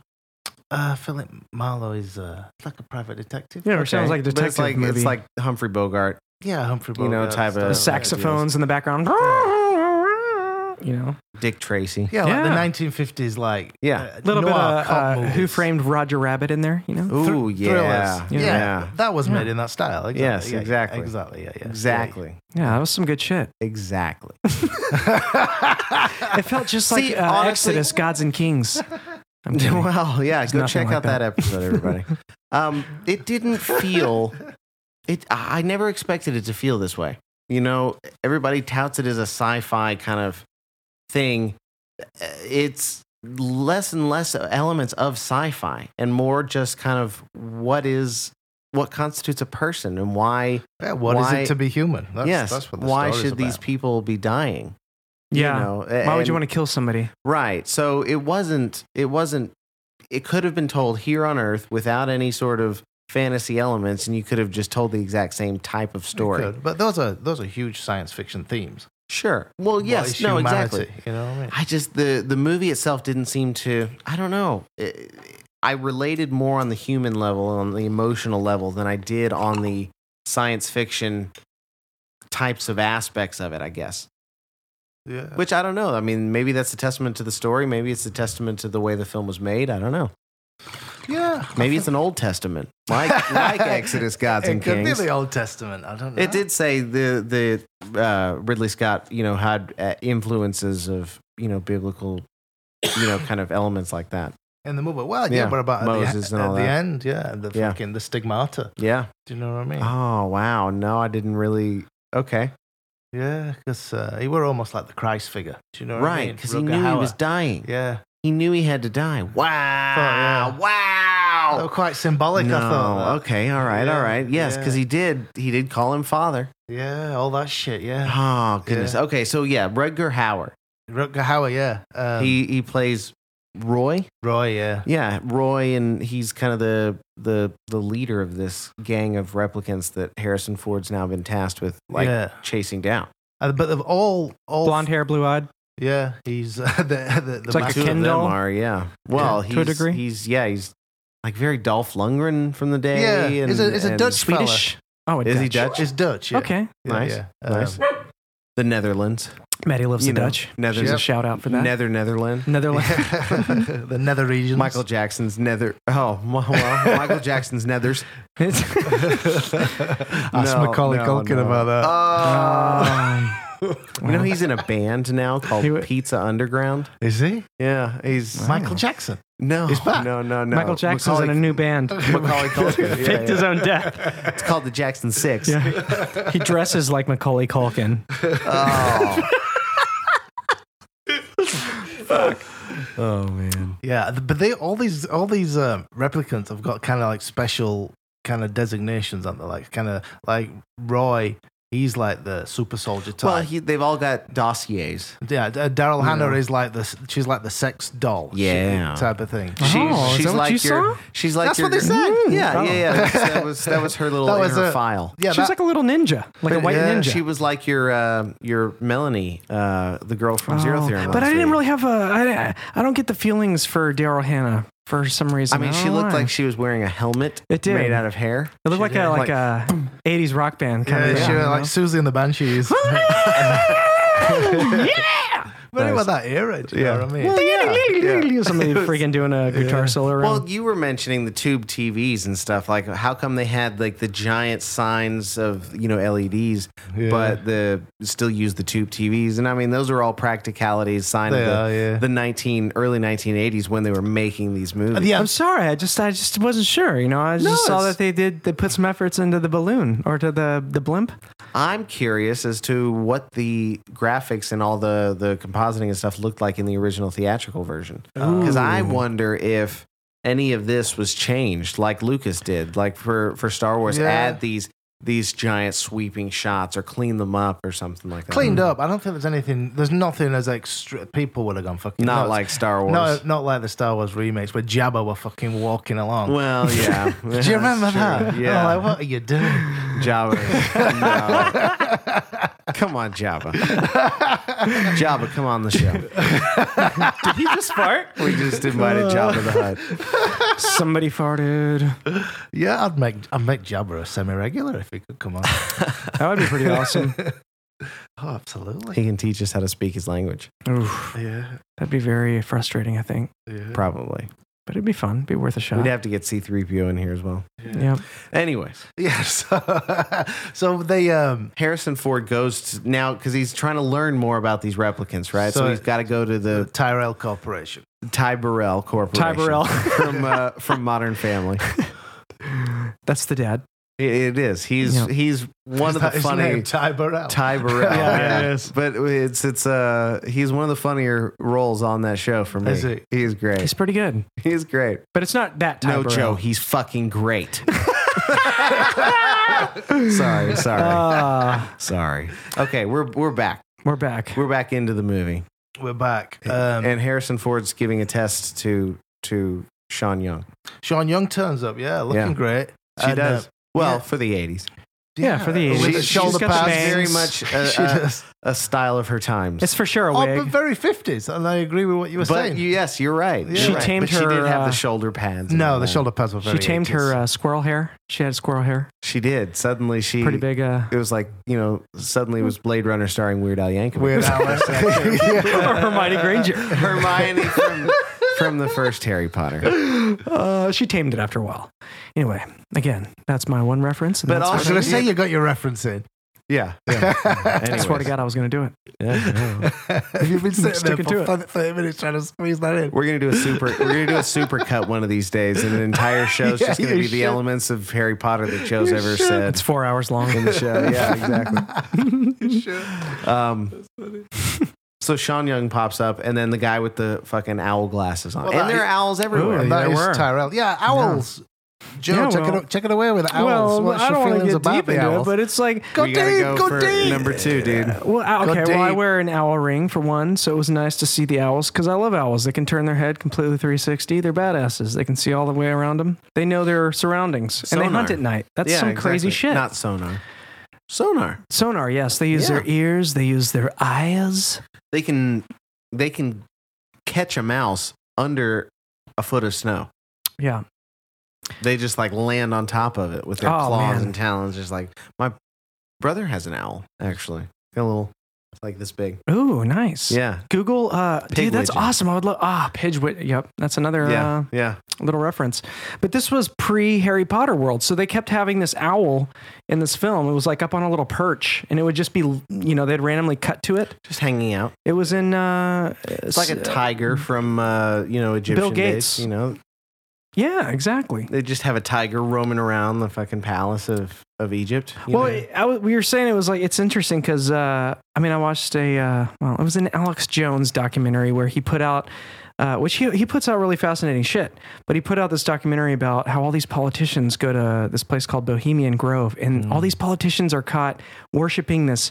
C: Uh, Philip Marlowe is uh, like a private detective.
B: Yeah, it sounds like a
D: But
B: detective
D: it's like,
B: movie.
D: It's like Humphrey Bogart.
C: Yeah, Humphrey
D: You
C: Bogart.
D: know, type of-
B: the
D: Oh, Yeah,
B: saxophones in the background. You know,
D: Dick Tracy.
C: Yeah, like
B: Yeah.
C: the nineteen fifties, like
D: Yeah.
C: uh,
B: a little bit
C: noir
B: of
C: cop
B: uh,
C: movies.
B: Who Framed Roger Rabbit in there. You know,
C: Thr-
D: Ooh, yeah,
C: thrillers.
B: Yeah.
C: yeah,
D: yeah.
C: That was
B: Yeah.
C: made in that style. Exactly.
D: Yes,
C: yeah, yeah,
D: exactly.
C: exactly. Yeah, yeah,
D: Exactly.
B: yeah, that was some good shit.
D: Exactly.
B: It felt just like
D: See,
B: uh,
D: honestly-
B: Exodus, Gods and Kings. I'm kidding.
D: well, yeah.
B: It's
D: Go
B: nothing
D: check
B: like
D: out that.
B: that.
D: episode, everybody. um, it didn't feel. It. I I never expected it to feel this way. You know, everybody touts it as a sci-fi kind of thing. Uh, It's less and less elements of sci-fi and more just kind of what is what constitutes a person and why
C: Yeah, what is
D: Why-
C: it to be human? That's,
D: yes
C: that's what the
D: why
C: story's
D: should these
C: about.
D: people be dying
B: yeah.
D: you know
B: Why would you want to kill somebody?
D: Right. So it wasn't it wasn't it could have been told here on earth without any sort of fantasy elements and you could have just told the exact same type of
C: You
D: story.
C: could, But those are those are huge science fiction themes.
D: Sure. Well,
C: What
D: yes,
C: is
D: no,
C: humanity?
D: exactly.
C: You know what I mean?
D: I just the the movie itself didn't seem to I don't know. It- I related more on the human level on the emotional level than I did on the science fiction types of aspects of it, I guess.
C: Yeah.
D: Which I don't know. I mean, maybe that's a testament to the story, maybe it's a testament to the way the film was made. I don't know.
C: yeah.
D: Maybe it's an Old Testament, like like Exodus, Gods
C: it
D: and
C: could
D: Kings.
C: be the Old Testament. I don't know.
D: It did say the the uh, Ridley Scott, you know, had uh, influences of you know biblical, you know, kind of elements like that.
C: in the movie. Well, yeah,
D: Yeah,
C: but about at the- e,
D: Moses
C: at,
D: and all
C: the
D: that.
C: end, yeah, the
D: Yeah.
C: fucking the stigmata.
D: Yeah.
C: Do you know what I mean?
D: Oh wow. No, I didn't really. Okay.
C: Yeah, because uh, he were almost like the Christ figure. Do you know what I
D: Right,
C: mean?
D: because he knew he
C: Ruckahower.
D: was dying.
C: Yeah,
D: He knew he had to die. Wow.
C: yeah.
D: Wow.
C: they were quite symbolic. Oh, I
D: no.
C: thought.
D: okay. All right.
C: Yeah,
D: All right. Yes, because
C: yeah.
D: he did. He did call him father.
C: Yeah, all that shit. Yeah.
D: Oh goodness.
C: Yeah.
D: Okay, so yeah, Rutger Hauer.
C: Rutger Hauer. Yeah. Um,
D: he he plays Roy.
C: Roy. Yeah.
D: Yeah, Roy, and he's kind of the the the leader of this gang of replicants that Harrison Ford's now been tasked with like
C: yeah.
D: chasing down.
C: Uh, but of all, all
B: Blonde hair, blue eyed.
C: Yeah, he's uh, the the, the
B: It's like a
C: master-
D: Two of them
B: Kendall?
D: are yeah. Well,
B: Yeah,
D: he's,
B: to a degree.
D: he's yeah, he's like very Dolph Lundgren from the day.
C: Yeah,
D: and,
C: it's a- it's a
D: and
C: Dutch fella.
B: Swedish. Oh, a
D: Is he
B: Dutch.
D: Dutch?
C: It's Dutch. Yeah.
B: Okay.
C: Yeah,
D: Nice,
C: Yeah.
D: nice.
C: Um,
D: uh, The Netherlands.
B: Maddie loves
D: You
B: the
D: know,
B: Dutch. There's
D: Netherlands.
B: a shout out for that.
D: Nether Netherland.
B: Netherlands.
C: the nether regions.
D: Michael Jackson's nether. Oh, well, Michael Jackson's nethers.
C: That's
D: No,
C: Macaulay
D: no,
C: Culkin
D: no. Uh,
C: about that.
B: Um,
D: You know, he's in a band now called
B: He wa-
D: Pizza Underground.
C: Is he?
D: Yeah, he's
C: Michael Jackson.
D: No,
C: He's back.
D: No, no, no.
B: Michael Jackson's in a new band.
D: Macaulay Culkin. Yeah,
B: Faked his
D: yeah.
B: own death.
D: It's called the Jackson Six.
B: Yeah. He dresses like Macaulay Culkin.
D: Oh. Fuck. Oh man.
C: Yeah, th- but they all these all these um, replicants have got kind of like special kind of designations, aren't they? Like kind of like Roy, he's like the super soldier type.
D: Well, he, they've all got dossiers.
C: yeah, D- uh, Daryl Hannah
D: know.
C: is like the s- she's like the sex doll, she-
D: Yeah.
C: type of thing.
B: Oh, is that what you
D: your.
B: saw?
D: She's like
C: That's
D: your,
C: what they said.
D: Yeah,
C: Oh.
D: yeah, yeah. That's- That was that was her little
C: That was
D: in her
C: a-
D: file.
C: Yeah,
B: she was
C: that-
B: like a little ninja, like a white
D: Yeah,
B: ninja.
D: She was like your uh, your Melanie, uh, the girl from Zero
B: Oh,
D: Theorem.
B: but
D: last
B: I didn't
D: week.
B: really have a. I, I don't get the feelings for Daryl Hannah for some reason.
D: I mean, she
B: don't know
D: looked
B: why.
D: like she was wearing a helmet
B: It did.
D: made out of hair.
B: It looked like
D: She
B: a
D: did.
B: like, a '80s rock band kind
C: Yeah,
B: of.
C: she
B: thing,
C: was
B: you
C: like
B: know?
C: Susie and the Banshees. But about that era, do you know
D: Yeah.
C: what I mean?
B: Somebody freaking doing a guitar solo around.
D: Well, you were mentioning the tube TVs and stuff. Like, how come they had like the giant signs of you know LEDs,
C: Yeah.
D: but the still use the tube TVs? And I mean, those are all practicalities sign
C: They
D: of the,
C: are, yeah.
D: the nineteen early nineteen eighties when they were making these movies.
C: Yeah,
B: I'm sorry. I just I just wasn't sure. You know, I just
D: No,
B: saw
D: it's-
B: that they did they put some efforts into the balloon or to the the blimp.
D: I'm curious as to what the graphics and all the the compositing and stuff looked like in the original theatrical version. Because I wonder if any of this was changed, like Lucas did, like for for Star Wars,
C: Yeah.
D: add these these giant sweeping shots or clean them up or something like that.
C: cleaned up. I don't think there's anything. There's nothing as extra. People would have gone fucking.
D: Not
C: nuts.
D: like Star Wars.
C: No, not like the Star Wars remakes where Jabba were fucking walking along.
D: Well, yeah.
C: Do you remember
D: That's true.
C: that? Oh,
D: Yeah.
C: I'm like, what are you doing?
D: Java. No. Come on, Java. Java, come on the show.
B: Did he just fart?
D: We just invited Java the Hutt.
B: Somebody farted.
C: Yeah, I'd make I'd make Jabba a semi-regular if he could come on.
B: That would be pretty awesome.
C: oh, absolutely.
D: He can teach us how to speak his language.
B: Oof.
C: Yeah,
B: That'd be very frustrating, I think.
C: yeah.
D: Probably.
B: But it'd be fun. It'd be worth a shot.
D: We'd have to get C3PO in here as well.
B: yeah.
D: Anyways,
C: Yeah. So, so they um.
D: Harrison Ford goes to, now because he's trying to learn more about these replicants, right? So,
C: So-
D: he's got to go to the
C: Tyrell Corporation.
D: Ty Burrell Corporation.
B: Ty Burrell.
D: from uh, from Modern Family.
B: That's the dad.
D: It, it is. He's
B: Yeah.
D: he's one
C: Is
D: of
C: that
D: the
C: his
D: funny
C: name? Ty Burrell.
D: Ty Burrell.
C: Yeah, it
D: But it's it's uh he's one of the funnier roles on that show for me.
C: Is he?
D: He's great.
B: He's pretty good.
D: He's great.
B: But it's not that type
D: no, Joe, he's fucking great. sorry, sorry,
B: Uh,
D: sorry. Okay, we're we're back.
B: we're back.
D: We're back into the movie.
C: We're back. Um,
D: and Harrison Ford's giving a test to to Sean Young.
C: Sean Young turns up. Yeah, looking
D: Yeah.
C: great.
D: She
C: And, uh,
D: does. Well,
C: yeah.
D: for the 80s.
B: Yeah, for the
C: with
B: 80s.
C: the
B: She's
C: shoulder
B: got the
C: pads. uh,
B: bangs.
D: very much a,
C: she
D: a-
C: does.
D: a style of her times.
B: It's for sure a
C: Oh, but
B: wig.
C: very 50s. And I agree with what you were
D: but
C: saying.
D: you- yes, you're right.
C: Yeah.
D: You're
C: She
D: right.
B: tamed
D: but She did
B: her,
D: have
B: uh,
D: the shoulder pads. and
C: no,
D: all
C: the
D: that.
C: shoulder pads were very
B: She tamed
C: 80s.
B: her uh, squirrel hair. She had squirrel hair.
D: She did. Suddenly, she
B: Pretty big. Uh,
D: It was like you know. Suddenly, it was Blade Runner starring Weird Al Yankovic.
C: Weird Al Yankovic.
B: or Hermione Granger.
D: Hermione from, from the first Harry Potter.
B: Uh, she tamed it after a while. Anyway, again, that's my one reference. and
D: But
B: that's
C: I
D: also-
C: was going to say you got your reference in.
D: Yeah. yeah.
B: I swear to
D: Anyways.
B: God, I was going to do it.
D: Yeah.
C: You've been sitting
B: Sticking to
C: there
B: it.
C: for 30 minutes trying to squeeze that in.
D: We're gonna do a super. We're gonna do a super cut one of these days, and an entire show's
C: Yeah,
D: just gonna
C: you
D: be the
C: should.
D: elements of Harry Potter that Joe's
C: You
D: ever
C: should.
D: said
B: It's four hours
D: in
B: long.
D: the show. Yeah, exactly.
C: Sure.
D: Um, so Sean Young pops up, and then the guy with the fucking owl glasses on,
C: Well,
D: and there
C: that-
D: are owls everywhere.
B: Ooh,
C: And that
B: They
C: is
B: were.
C: Tyrell. Yeah, owls. Joe,
B: Yeah,
C: check,
B: well-
C: it, check it away with owls.
B: well,
C: What's
B: I
C: your
B: don't want to
C: feelings
B: get
C: about
B: deep
C: the
B: into it,
C: owls?
B: but it's like
D: We gotta
C: deep,
D: go
C: go
D: for
C: deep.
D: number two, dude.
B: Well, ow-
C: Go
B: okay. Well, I
C: deep.
B: wear an owl ring for one, so it was nice to see the owls because I love owls. They can turn their head completely 360. They're badasses. They can see all the way around them. They know their surroundings and they hunt
D: Sonar.
B: at night. That's some crazy
D: exactly.
B: shit.
D: Not sonar. Sonar.
B: Sonar, yes. They use their ears. They use their eyes.
D: They can they can catch a mouse under a foot of snow.
B: Yeah.
D: They just like land on top of it with their
B: Oh,
D: claws
B: man.
D: and talons. Just like my brother has an owl actually, a little it's like this big.
B: Ooh, nice.
D: Yeah,
B: Google, uh, dude, that's
D: Pigwidgeon.
B: awesome. I would love ah, Pidgewit. Yep, that's another
D: yeah,
B: uh,
D: yeah.
B: little reference. But this was pre Harry Potter world, so they kept having this owl in this film. It was like up on a little perch, and it would just be, you know, they'd randomly cut to it.
D: Just hanging out.
B: It was in, uh,
D: It's like a tiger from uh, you know Egyptian
B: Gates.
D: days. You know,
B: yeah, exactly.
D: they just have a tiger roaming around the fucking palace of of Egypt. you
B: Well,
D: know?
B: it- I, was- we were saying it was like it's interesting because uh, I mean I watched a uh, well it was an Alex Jones documentary where he put out uh, which he he puts out really fascinating shit, but he put out this documentary about how all these politicians go to this place called Bohemian Grove and
D: Hmm.
B: all these politicians are caught worshiping this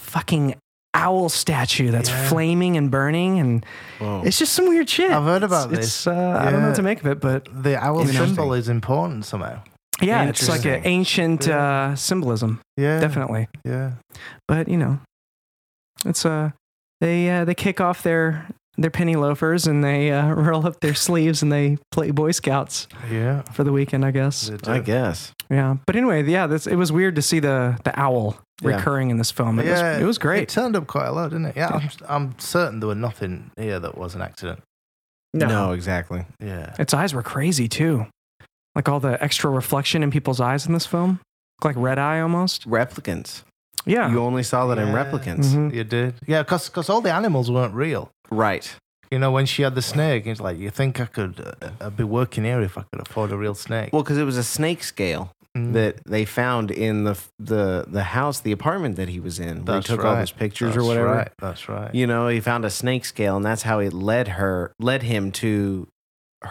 B: fucking owl statue that's flaming and burning and
D: Whoa.
B: it's just some weird shit.
C: I've heard about
B: it's,
C: this.
B: It's, uh, I don't know
C: Yeah.
B: what to make of it, but
C: the owl
B: Interesting.
C: symbol is important somehow.
B: yeah, it's like an
D: Interesting.
B: ancient uh, symbolism,
C: Yeah,
B: definitely.
C: Yeah,
B: but you know, it's uh they uh, they kick off their their penny loafers and they uh, roll up their sleeves and they play Boy Scouts
C: yeah.
B: for the weekend, I guess.
C: They do.
D: I guess.
B: Yeah, but anyway, yeah, this it was weird to see the the owl
D: Yeah.
B: recurring in this film. It
C: Yeah,
B: was it was
C: It
B: great.
C: turned up quite a lot, didn't it? Yeah, I'm, I'm certain there were nothing here that was an accident.
D: No, exactly.
C: Yeah,
B: Its eyes were crazy too, like all the extra reflection in people's eyes in this film, like red eye almost.
D: Replicants.
B: Yeah.
D: You only saw that in
C: Yeah.
D: replicants.
B: Mhm.
C: you did. Yeah, because all the animals weren't real.
D: Right.
C: You know, when she had the snake, it's like you think I could uh, I'd be working here if I could afford a real snake.
D: Well, because it was a snake scale
C: Mm.
D: that they found in the the the house, the apartment that he was in. Where he
C: That's
D: took all
C: right.
D: those pictures or
C: That's
D: whatever.
C: Right. That's right.
D: You know, he found a snake scale, and that's how it led her led him to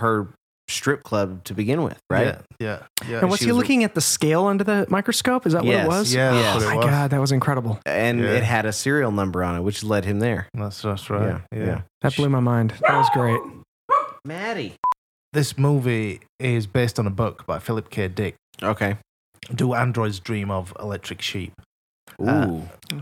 D: her strip club to begin with. Right.
C: Yeah. Yeah. yeah.
B: And was
D: she
B: he
D: was-
B: looking at the scale under the microscope? Is that what
D: Yes,
B: it was?
C: yeah, that's
D: Yes.
C: what
B: Oh
C: it
B: my
C: was.
B: god, that was incredible.
D: And
C: Yeah.
D: it had a serial number on it, which led him there.
C: That's that's right.
D: Yeah,
C: Yeah.
D: yeah.
B: That blew my mind. That was great.
D: Maddie.
C: This movie is based on a book by Philip K. Dick.
D: Okay.
C: Do androids dream of electric sheep?
D: Ooh.
C: Uh,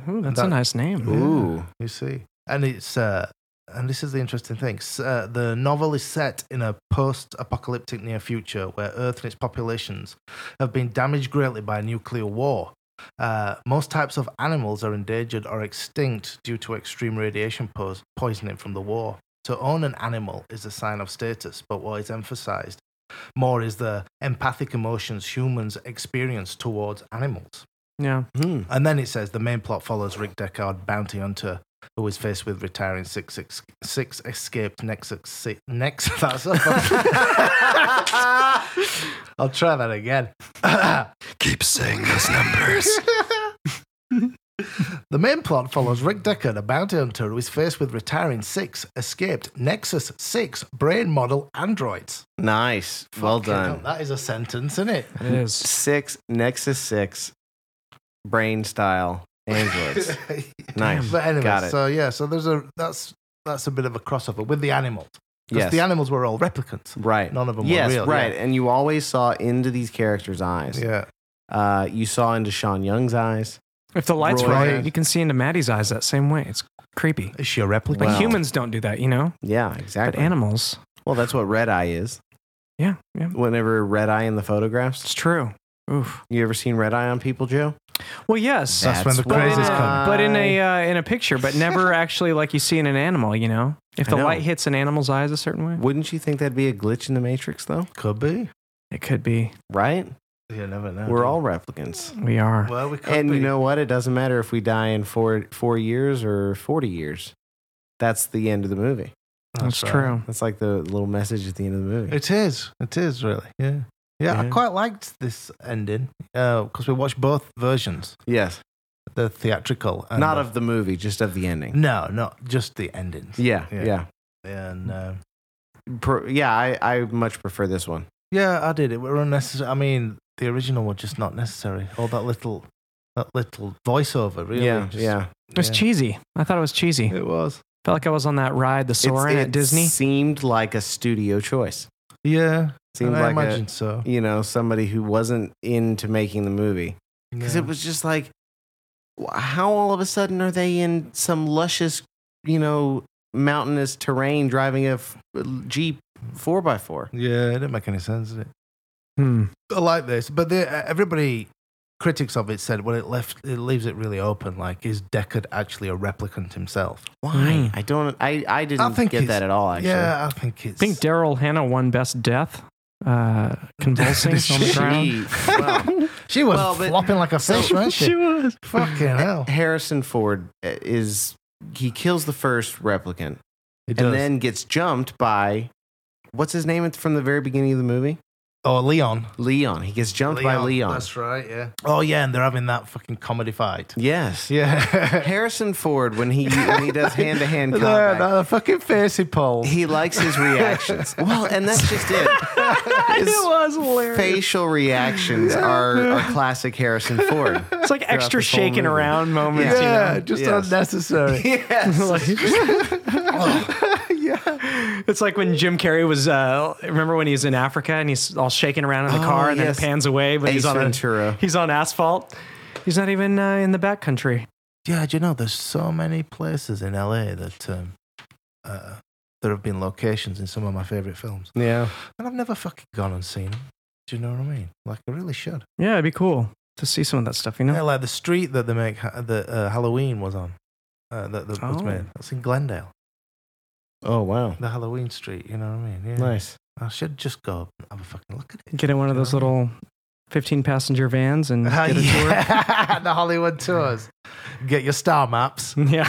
B: Ooh, that's a
C: That-
B: nice name.
D: Ooh.
C: You see, and it's uh, and this is the interesting thing. S- Uh, the novel is set in a post-apocalyptic near future where Earth and its populations have been damaged greatly by nuclear war. Uh, most types of animals are endangered or extinct due to extreme radiation pos- poisoning from the war. To own an animal is a sign of status, but what is emphasized more is the empathic emotions humans experience towards animals.
B: Yeah.
D: Hmm.
C: And then it says the main plot follows Rick Deckard, bounty hunter, who is faced with retiring six six, six escaped Nexus six, next. That's I'll try that again.
A: Keep saying those numbers.
C: The main plot follows Rick Deckard, a bounty hunter, who is faced with retiring six escaped Nexus six brain model androids.
D: Nice. well
C: Fucking hell,
D: done.
C: That is a sentence, isn't it?
B: It is.
D: Six Nexus Six brain style androids. nice.
C: But anyway,
D: Got it.
C: so yeah, so there's a that's that's a bit of a crossover with the animals. Because
D: yes.
C: the animals were all replicants.
D: right.
C: None of them
D: yes.
C: were real.
D: right. And you always saw into these characters' eyes.
C: Yeah.
D: Uh, you saw into Sean Young's eyes.
B: If the lights were
C: Roy.
B: right, you can see into Maddie's eyes that same way. It's creepy.
C: Is she a replica?
B: Like
D: Wow.
B: humans don't do that, you know?
D: Yeah.
B: But
D: Exactly.
B: animals.
D: well, that's what red eye is.
B: Yeah. Yeah.
D: Whenever red eye in the
B: It's
D: photographs,
B: true. Oof.
D: you ever seen red eye on people, Joe?
B: Well, yes.
C: That's when the
D: why.
C: crazes come.
B: But in a uh, in a picture, but never actually like you see in an animal, you know? If
D: I
B: the
D: know.
B: light hits an animal's eyes a certain way,
D: Wouldn't you think that'd be a glitch in the matrix, though?
C: Could be.
B: it could be.
D: Right?
C: You never know.
D: We're all replicants.
B: We are.
C: Well, we could
D: And
C: be.
D: you know what? It doesn't matter if we die in four four years or forty years. That's the end of the movie.
B: That's,
C: right.
B: true.
D: That's like the little message at the end of the movie.
C: It is. It is really. Yeah. Yeah, I
D: Yeah.
C: quite liked this ending because we watched both versions,
D: yes,
C: the theatrical. And
D: not
C: the-
D: of the movie, just of the ending.
C: No, not just the endings.
D: Yeah, yeah,
C: Yeah. And um
D: Pr- yeah. I, I much prefer this one.
C: Yeah, I did. It were unnecessary. I mean, the original were just not necessary. All that little, that little voiceover, really.
D: yeah,
C: just-
D: yeah.
B: It was
C: yeah.
B: cheesy. I thought it was cheesy.
C: It was.
B: Felt like I was on that ride, the
D: It's-
B: Soarin' at
D: it
B: Disney.
D: seemed like a studio choice.
C: Yeah,
D: Seemed
C: I
D: like
C: imagine so.
D: a, you know somebody who wasn't into making the movie. because
C: Yeah.
D: it was just like wh- how all of a sudden are they in some luscious you know mountainous terrain driving a f- jeep 4x4
C: Yeah, it didn't make any sense, did it?
B: Hmm.
C: I like this, but the, e, everybody critics of it said, well, it left it leaves it really open. Like, is Deckard actually a replicant himself?
D: why
B: Mm.
D: i don't i i didn't
C: think
D: get
C: it's-
D: that at all actually
C: Yeah, I think it's.
B: I think Daryl Hannah won Best Death, uh, convulsing on the
C: She-
B: ground.
D: She- well,
C: she was
D: Well, but-
C: flopping like a fish, wasn't she?
B: was.
C: Fucking hell!
D: harrison ford uh, is he kills the first replicant
C: It
D: and
C: does.
D: then gets jumped by what's his name from the very beginning of the movie
C: oh, Leon.
D: leon he gets jumped by leon
C: That's right. Yeah. Oh yeah, and they're having that fucking comedy fight.
D: yes
C: Yeah.
D: harrison ford when he when he does hand-to-hand
C: No,
D: combat
C: no, the fucking fancy pole.
D: He likes his reactions. well, and that's just it. His
B: was hilarious.
D: facial reactions are, are classic Harrison Ford.
B: It's like extra
D: this whole
B: shaking
D: movie.
B: around moments.
C: yeah,
B: You know?
C: just
D: Yes.
C: unnecessary.
D: Yes.
C: yeah.
B: It's like when Jim Carrey was. Uh, remember when he's in Africa and he's all shaking around in the
D: Oh,
B: car, and
D: yes.
B: then it pans away, but
D: Ace
B: he's on
D: Ventura.
B: he's on asphalt. He's not even uh, in the back country.
C: Yeah, do you know there's so many places in LA that um, uh, there have been locations in some of my favorite films,
D: yeah.
C: and I've never fucking gone and seen them. Do you know what I mean? Like I really should.
B: Yeah, it'd be cool to see some of that stuff. You
C: Yeah,
B: know,
C: like the street that they make ha- that uh, Halloween was on. Uh, that, that was
B: Oh.
C: made. That's in Glendale,
D: Oh wow.
C: the Halloween street. You know what I mean? Yeah.
D: Nice.
C: I should just go up and have a fucking look at it.
B: get in one of those little fifteen-passenger vans and
C: Ah,
D: Uh,
B: get a
C: yeah. the Hollywood tours. Get your star maps.
B: tour. Yeah,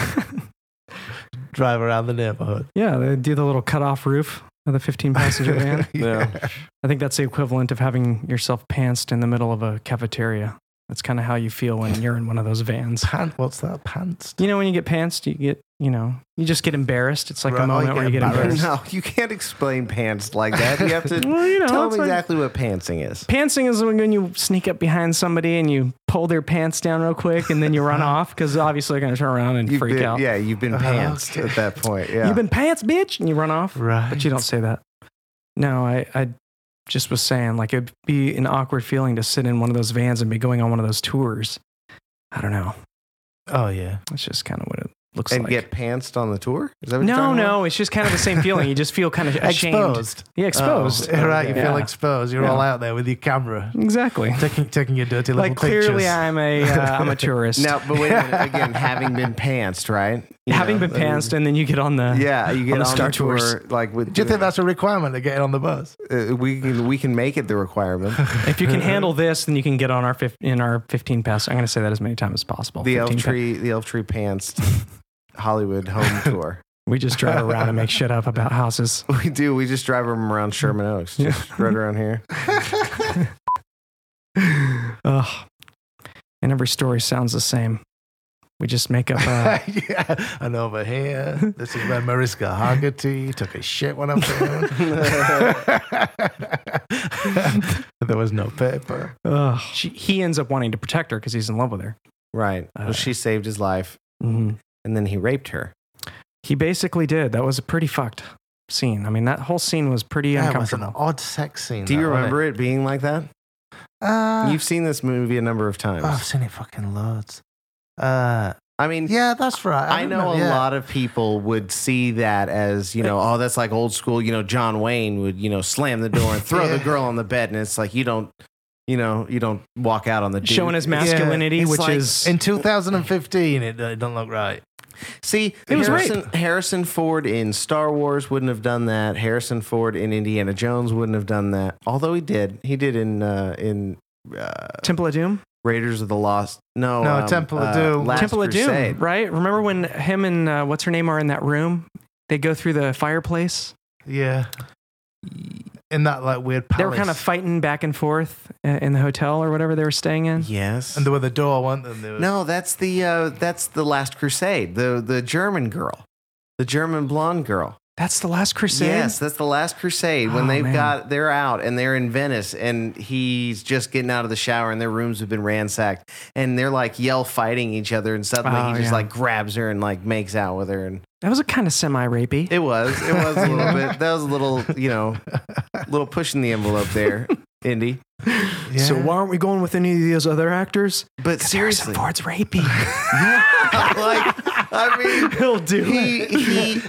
C: Drive around the neighborhood.
B: yeah. They do the little cut-off roof of the fifteen-passenger van.
D: Yeah.
B: I think that's the equivalent of having yourself pantsed in the middle of a cafeteria. That's kind of how you feel when you're in one of those vans.
C: Pant, what's that? Pants.
B: You know, when you get pantsed, you get, you know, you just get embarrassed. It's like
C: Right, oh,
B: a moment
C: you get
B: where you get embarrassed.
C: embarrassed.
D: No, you can't explain pants like that. You have to
B: Well, you know,
D: tell
B: it's
D: them
B: like-
D: exactly what pantsing is.
B: pantsing is when you sneak up behind somebody and you pull their pants down real quick and then you run off because obviously they're going to turn around and
D: You've
B: freak
D: been,
B: out.
D: Yeah, you've been
C: Oh,
D: pantsed
C: okay.
D: at that point. Yeah.
B: You've been pants, bitch, and you run off.
C: Right.
B: But you don't say that. No, I, I just was saying, like, it'd be an awkward feeling to sit in one of those vans and be going on one of those tours. I don't know.
C: Oh yeah.
B: That's just kind of what it looks
D: and
B: like.
D: get pantsed on the tour? Is that what you're
B: no,
D: talking about?
B: no, it's just kind of the same feeling. You just feel kind of ashamed.
C: Exposed.
B: Yeah, exposed.
C: Oh, right. You
B: Yeah.
C: feel exposed. You're
B: Yeah.
C: all out there with your camera,
B: Exactly.
C: taking taking your dirty little
B: Like clearly,
C: pictures.
B: I'm a uh, I'm a tourist.
D: Now, but wait a minute. Again, having been pantsed, right? You
B: having
D: know,
B: been
D: I mean-
B: pantsed and then you get on the
D: Yeah, you get
B: on
D: on
B: the
D: the,
B: Star
D: tour
B: Tours.
D: like with.
C: Do you think that's a requirement to get on the bus?
D: uh, we can we can make it the requirement?
B: If you can handle this, then you can get on our fif- in our 15 pass. I'm going to say that as many times as possible.
D: The elf
B: 15 pa-
D: tree, the elf tree pants, Hollywood home tour.
B: We just drive around and make shit up about houses.
D: We do. We just drive them around Sherman Oaks, just right around here.
B: Ugh. And every story sounds the same. We just make up. Uh,
C: yeah. And over here, this is where Mariska Hargitay took a shit when I'm there was no paper.
B: ugh. She, he ends up wanting to protect her because he's in love with her.
D: Right.
B: Uh,
D: well, she saved his life,
B: Mm-hmm.
D: and then he raped her.
B: He basically did. That was a pretty fucked scene. I mean, that whole scene was pretty
C: Yeah, it was an
B: uncomfortable.
C: odd sex scene.
D: Do you
C: that, wasn't
D: remember it being like that?
C: it? Uh,
D: You've seen this movie a number of times.
C: oh, I've seen it fucking loads. Uh,
D: I mean,
C: yeah, that's right.
D: I, know
C: remember,
D: a
C: yeah.
D: lot of people would see that as, you know, oh, that's like old school. You know, John Wayne would, you know, slam the door and throw the
C: Yeah.
D: girl on the bed. And it's like, you don't, you know, you don't walk out on the dude.
B: Showing his masculinity,
D: It's
B: which
D: like-
B: is
C: In 2015, it, it don't look right.
D: See,
B: It was
D: Harrison, Harrison Ford in Star Wars wouldn't have done that. Harrison Ford in Indiana Jones wouldn't have done that. Although he did. He did in, uh, in, uh,
B: Temple of Doom.
D: Raiders of the Lost. No, um, uh,
C: No, Temple of Doom.
D: Last
B: Temple of
D: Crusade.
B: Doom, right? Remember when him and uh, what's her name are in that room? They go through the fireplace.
C: Yeah. In that like weird palace.
B: They were kind of fighting back and forth uh, in the hotel or whatever they were staying in.
D: Yes.
C: And there were the door, weren't there? There was-
D: No, that's the uh, that's the Last Crusade. The the German girl, the German blonde girl.
B: That's the last crusade.
D: Yes, that's the last crusade when
B: Oh,
D: they've
B: man.
D: got they're out and they're in Venice and he's just getting out of the shower and their rooms have been ransacked and they're like yell fighting each other and suddenly
B: Oh,
D: he
B: yeah.
D: just like grabs her and like makes out with her and
B: That was a kind of semi rapey.
D: it was it was a little bit that was a little you know a little pushing the envelope there, Indy.
C: Yeah.
B: So why aren't we going with any of those other actors?
D: But seriously, like
B: Ford's rapey.
D: I mean,
B: He'll do
D: he he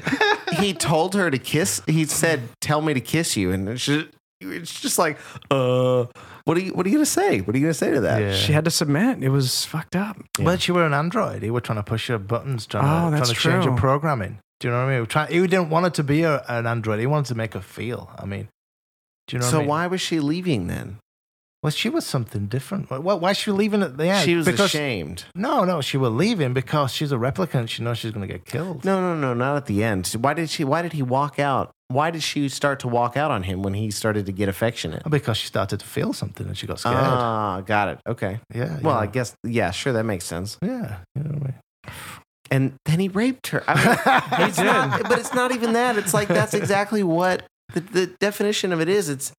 D: he told her to kiss. He said, "Tell me to kiss you," and it's just, it's just like, uh, what are you what are you gonna say? What are you gonna say to that?
C: Yeah.
B: She had to submit. It was fucked up.
C: But you were an android. He were trying to push her buttons, trying
B: Oh,
C: to, trying
B: that's
C: to change her
B: true.
C: programming. Do you know what I mean? We're Trying, he didn't want her to be a, an android. He wanted to make her feel. I mean, do you know? what
D: so
C: I mean?
D: why was she leaving then?
C: Well, she was something different. Why, why is she leaving at the end?
D: she was
C: because,
D: ashamed.
C: No, no, she was leaving because she's a replicant. She knows she's going to get killed.
D: No, no, no, not at the end. Why did she? Why did he walk out? Why did she start to walk out on him when he started to get affectionate?
C: Because she started to feel something and she got scared.
D: Ah, got it. Okay.
C: yeah. you
D: Well,
C: know.
D: I guess yeah, sure, that makes sense.
C: Yeah. You know what I mean?
D: And then he raped her. I mean, it's not, but it's not even that. It's like that's exactly what the, the definition of it is. It's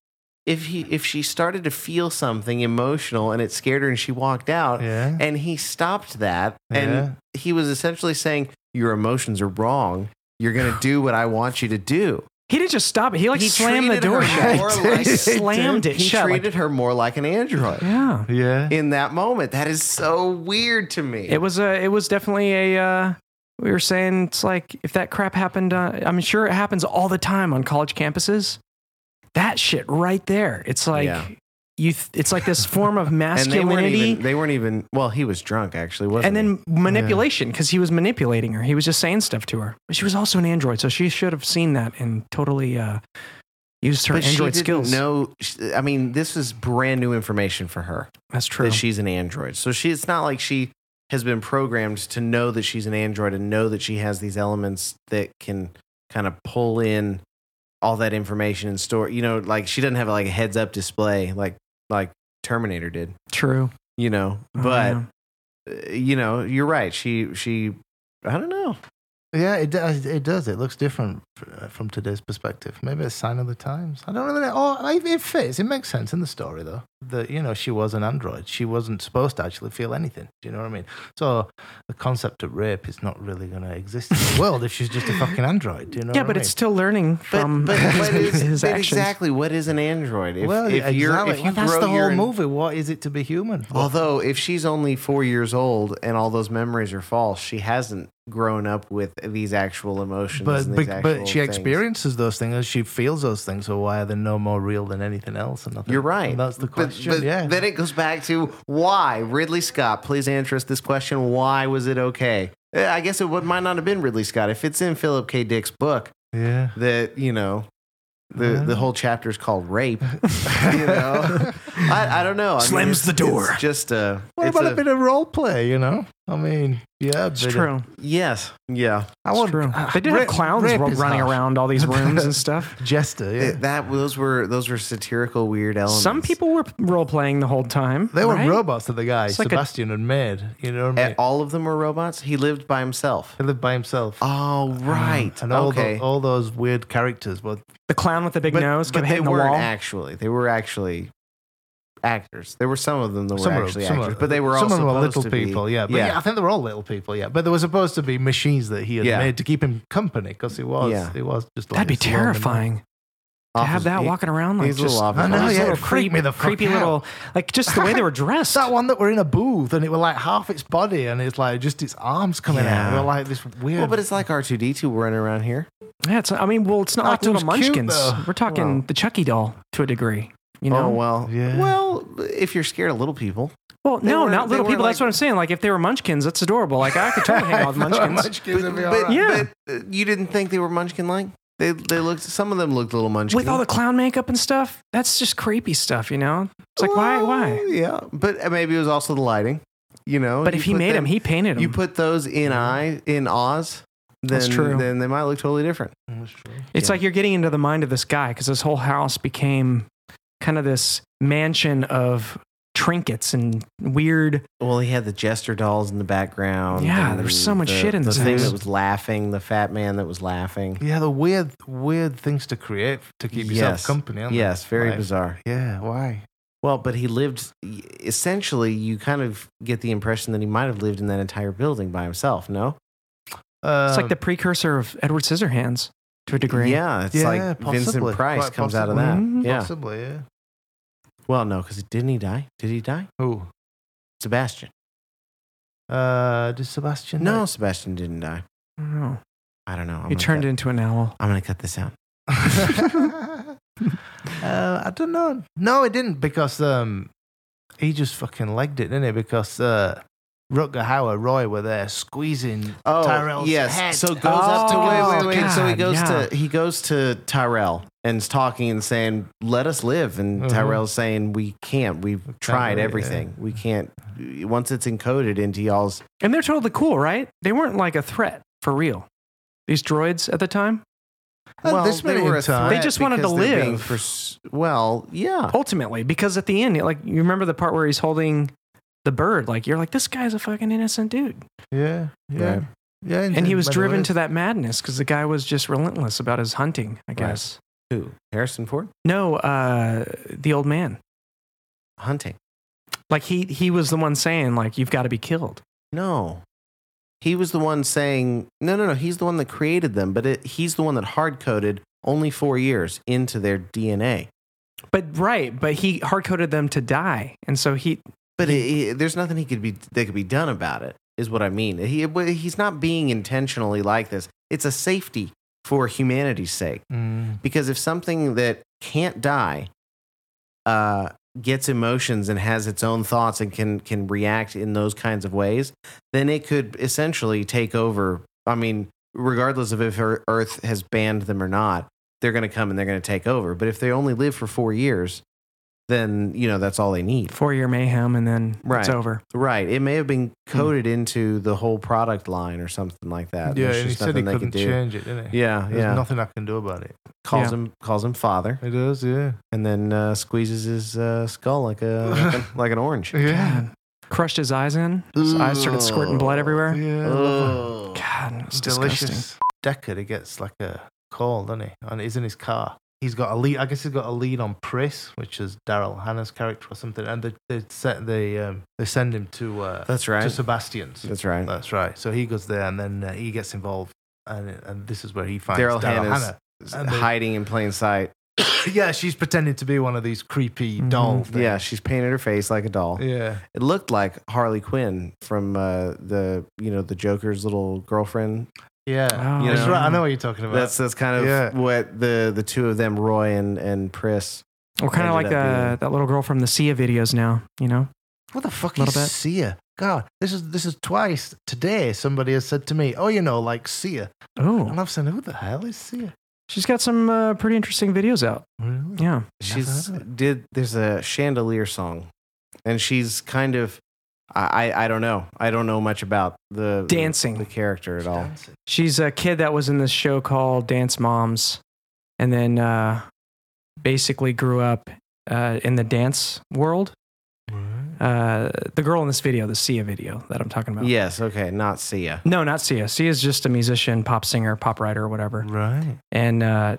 D: if he if she started to feel something emotional and it scared her and she walked out
C: Yeah.
D: and he stopped that and he was essentially saying your emotions are wrong. You're gonna do what I want you to do.
B: He didn't just stop it. He like
D: He
B: slammed the
D: treated
B: door shut.
D: her more
B: He
D: like-
B: slammed it
D: He
B: shut. like-
D: treated her more like an android
B: yeah.
C: Yeah.
D: in that moment. That is so weird to me.
B: It was a. It was definitely a. Uh, we were saying it's like if that crap happened. Uh, I'm sure it happens all the time on college campuses. That shit right there. It's like
D: Yeah.
B: you. Th- it's like this form of
D: and they weren't
B: masculinity.
D: even. They weren't even. Well, he was drunk actually, wasn't
B: and
D: he?
B: then manipulation because he was manipulating her. He was just saying stuff to her. But she was also an android, so she should have seen that and totally uh, used her android skills.
D: No, I mean, this is brand new information for her
B: That's true.
D: that she's an android. So she, it's not like she has been programmed to know that she's an android and know that she has these elements that can kind of pull in all that information and store. You know, like she doesn't have like a heads up display like like Terminator did.
B: true,
D: You know,
B: Oh,
D: but
B: yeah.
D: uh, you know, you're right. She she, I don't know.
C: Yeah, it does. It does. It looks different f- from today's perspective. Maybe a sign of the times. I don't really know. Oh, I- it fits. It makes sense in the story, though. That you know, she was an android. She wasn't supposed to actually feel anything. Do you know what I mean? So the concept of rape is not really going to exist in the world if she's just a fucking android. Do you know?
B: yeah,
C: what
B: but
C: I
B: it's
C: mean?
B: still learning
D: But,
B: from
D: but what is
B: his
D: but
B: actions.
D: exactly what is an android? If,
C: well,
D: if you're
C: exactly.
D: if you
C: Well, that's
D: grow
C: the
D: your
C: whole
D: en-
C: movie. What is it to be human?
D: Although, if she's only four years old and all those memories are false, she hasn't grown up with these actual emotions.
C: but but,
D: and these
C: but
D: actual
C: she
D: things.
C: experiences those things. She feels those things. So why are they no more real than anything else? And I think-
D: You're right.
C: and that's the
D: But-
C: question.
D: But,
C: yeah.
D: Then it goes back to why Ridley Scott. Please answer us this question: Why was it okay? Eh, I guess it would, might not have been Ridley Scott if it's in Philip K. Dick's book
C: yeah.
D: that you know the
C: Uh.
D: the whole chapter is called rape. you know, I, I don't know. I mean,
B: Slams
D: it's-
B: the door.
D: It's just a.
C: What
D: it's
C: about a, bit of role play? You know, I mean, yeah,
B: It's
C: bit of-
B: true.
D: Yes. Yeah.
C: I
B: It's
C: want
B: true. They did
C: rape-
B: have clowns
C: rape
B: ru-
C: is
B: running
C: harsh.
B: around all these rooms and stuff.
C: Jester. Yeah,
D: Th- that those were those were satirical weird elements.
B: Some people were role playing the whole time.
C: they were
B: right?
C: robots that the guy
B: It's like a-
C: Sebastian had made. You know what I
D: Eh,
C: mean?
D: all of them were robots. He lived by himself.
C: He lived by himself. uh,
D: Oh right.
C: And all,
D: okay.
C: tho- all those weird characters. But
B: The clown with the big
D: but
B: nose
D: but
B: kept
D: they
B: hitting the
D: weren't
B: wall.
D: actually. They were actually actors. There were some of them that
C: some
D: were
C: were,
D: actually
C: some
D: actors,
C: were-
D: but they were all
C: some of them were
D: supposed
C: little
D: to be-
C: people. Yeah, but yeah. I think they were all little people. Yeah, but there were supposed to be machines that he had
D: Yeah.
C: made to keep him company because he was
D: Yeah.
C: he was just. Like
B: That'd be
C: this lonely man.
B: terrifying to
D: Office-
B: have that
D: he-
B: walking around like
D: he's a
B: just.
D: little
C: I
D: office.
C: know,
B: these
C: yeah,
B: little
C: it freaked me the fuck
B: creepy
C: out.
B: little, like just the way they were dressed.
C: That one that were in a booth and it were like half its body and it's like just its arms coming out.
D: Yeah.
C: It were like this weird.
D: Well, but it's like R two D two running around here.
B: Yeah, it's, I mean, well, it's not
C: That
B: like little
C: was cute,
B: munchkins.
C: though.
B: We're talking
D: Wow.
B: the Chucky doll to a degree. You know?
D: Oh well.
C: Yeah.
D: Well, if you're scared of little people,
B: well,
D: they
B: no,
D: were-
B: not
D: they
B: little
D: were
B: people. that's what
D: like-
B: I'm saying. Like, if they were munchkins, that's adorable. Like, I could totally hang out with munchkins.
C: Munchkins would be all
D: but,
C: right.
B: Yeah.
D: but, uh, you didn't think they were munchkin like. They they looked. Some of them looked a little munchkin.
B: With all the clown makeup and stuff, that's just creepy stuff, you know? It's like, why?
D: Well,
B: Why?
D: Oh, Yeah, but uh, maybe it was also the lighting. You know,
B: But
D: You
B: if he
D: put
B: made
D: them-
B: him, he painted him.
D: you put those in I in Oz, then
B: That's true.
D: then they might look totally different.
C: That's true.
B: It's
D: Yeah.
B: like you're getting into the mind of this guy because this whole house became kind of this mansion of trinkets and weird.
D: Well, he had the jester dolls in the background.
B: Yeah, there was
D: and
B: so much
D: the-
B: shit in
D: the
B: this
D: thing
B: house.
D: that was laughing, the fat man that was laughing.
C: Yeah, the weird, weird things to create to keep yourself
D: Yes.
C: company. aren't they?
D: Yes, very
C: Like,
D: bizarre.
C: Yeah, why?
D: Well, but he lived essentially. You kind of get the impression that he might have lived in that entire building by himself. No,
C: Uh,
B: It's like the precursor of Edward Scissorhands to a degree.
D: yeah, it's
C: Yeah,
D: like
C: possibly.
D: Vincent Price
C: Quite
D: comes out of that.
B: possibly. Mhm.
D: Yeah.
C: possibly, yeah.
D: Well, no, because didn't he die? Did he die?
C: Who?
D: Sebastian.
C: Uh, does Sebastian?
D: No,
C: know?
D: Sebastian didn't die.
B: I don't know.
D: I don't know. I'm
B: He
D: gonna
B: turned
D: cut-
B: into an owl.
D: I'm gonna cut this out.
C: uh, I don't know. No, it didn't because um, he just fucking legged it, didn't he? Because uh, Rutger Hauer, Roy were there squeezing Tyrell's head.
D: Oh, So goes up to
B: Oh,
D: wait, wait, wait. So he
B: God,
D: goes
B: yeah.
D: to he goes to Tyrell and's talking and saying, "Let us live." And
B: Mm-hmm.
C: Mhm.
D: Tyrell's saying, "We can't. We've tried
C: really,
D: everything. We can't. Once it's encoded into y'all's,
B: And they're totally cool, right? They weren't like a threat for real. These droids at the time,
C: At
D: well,
C: this
D: they
C: minute
D: were
C: in
D: a
C: time-
D: threat
B: They just wanted
D: because
B: to
D: they're being
B: live.
D: pers- well, yeah.
B: ultimately, because at the end, like you remember the part where he's holding the bird, like you're like, this guy's a fucking innocent dude.
C: yeah, yeah,
D: Right.
C: yeah.
B: And he was
C: but it
B: driven
C: is-
B: to that madness because the guy was just relentless about his hunting, I guess.
D: Who? Harrison Ford
B: No, uh, the old man.
D: hunting?
B: Like he he was the one saying like you've got to be killed.
D: No. He was the one saying, no, no, no. He's the one that created them, but it, he's the one that hard coded only four years into their DNA.
B: But right, but he hard coded them to die, and so he
D: But it, it- there's nothing he could be that could be done about it. Is what I mean. He he's not being intentionally like this. It's a safety for humanity's sake.
C: Mm.
D: Because if something that can't die uh, gets emotions and has its own thoughts and can can react in those kinds of ways, then it could essentially take over. I mean, regardless of if Ear- Earth has banned them or not, they're going to come and they're going to take over. But if they only live for four years, then you know that's all they need.
B: four year mayhem, and then
D: Right.
B: it's over.
D: Right. It may have been
C: Hmm.
D: coded into the whole product line or something like that.
C: Yeah,
D: There's
C: and he
D: just
C: said he
D: nothing they
C: couldn't
D: could do.
C: change it, didn't he?
D: Yeah,
C: There's
D: yeah.
C: nothing I can do about it.
D: Calls
B: Yeah.
D: him calls him father
C: It is, yeah.
D: and then uh, squeezes his uh, skull like a like, an- like an orange.
C: Yeah.
B: God. crushed his eyes in. His eyes started squirting blood everywhere.
C: Yeah.
D: Oh.
B: God, it was disgusting.
C: delicious. Deckard, he gets like a call, doesn't he? And he's in his car. He's got a lead. I guess he's got a lead on Priss, which is Daryl Hannah's character or something. And they they set they um, they send him to uh,
D: That's
C: to
D: right.
C: Sebastian's.
D: That's right.
C: That's right. So he goes there, and then uh, he gets involved, and and this is where he finds
D: Daryl
C: Daryl
D: Hannah's
C: Hannah. And the-
D: hiding in plain sight.
C: yeah, she's pretending to be one of these creepy
B: Mhm.
C: doll things.
D: Mm-hmm. Yeah, she's painted her face like a doll.
C: yeah.
D: It looked like Harley Quinn from uh, the you know the Joker's little girlfriend.
C: Yeah,
B: Oh.
C: That's
D: Yeah.
C: right. I know what you're talking about.
D: That's that's kind of
C: Yeah.
D: what the the two of them, Roy and and Pris.
B: We're kind
D: Ended
B: of like
D: up
B: the,
D: being-
B: that little girl from the Sia videos now, you know?
C: What the fuck
B: Little
C: is
B: bit.
C: Sia? God, this is this is twice today. Somebody has said to me, "Oh, you know, like Sia,"
B: Oh,
C: and I've said, "Who the hell is Sia?"
B: she's got some uh, pretty interesting videos out.
C: Really?
B: Yeah.
D: she's
C: heard
D: did there's a chandelier song and she's kind of i i I don't know i don't know much about the the-
B: Dancing.
D: the, character at all
C: Dancing.
B: She's a kid that was in this show called Dance Moms and then uh, basically grew up uh, in the dance world. Uh, the girl in this video, the Sia video that I'm talking about.
D: yes okay not sia
B: No, not Sia. Sia's just a musician, pop singer, pop writer, or whatever.
C: Right.
B: And uh,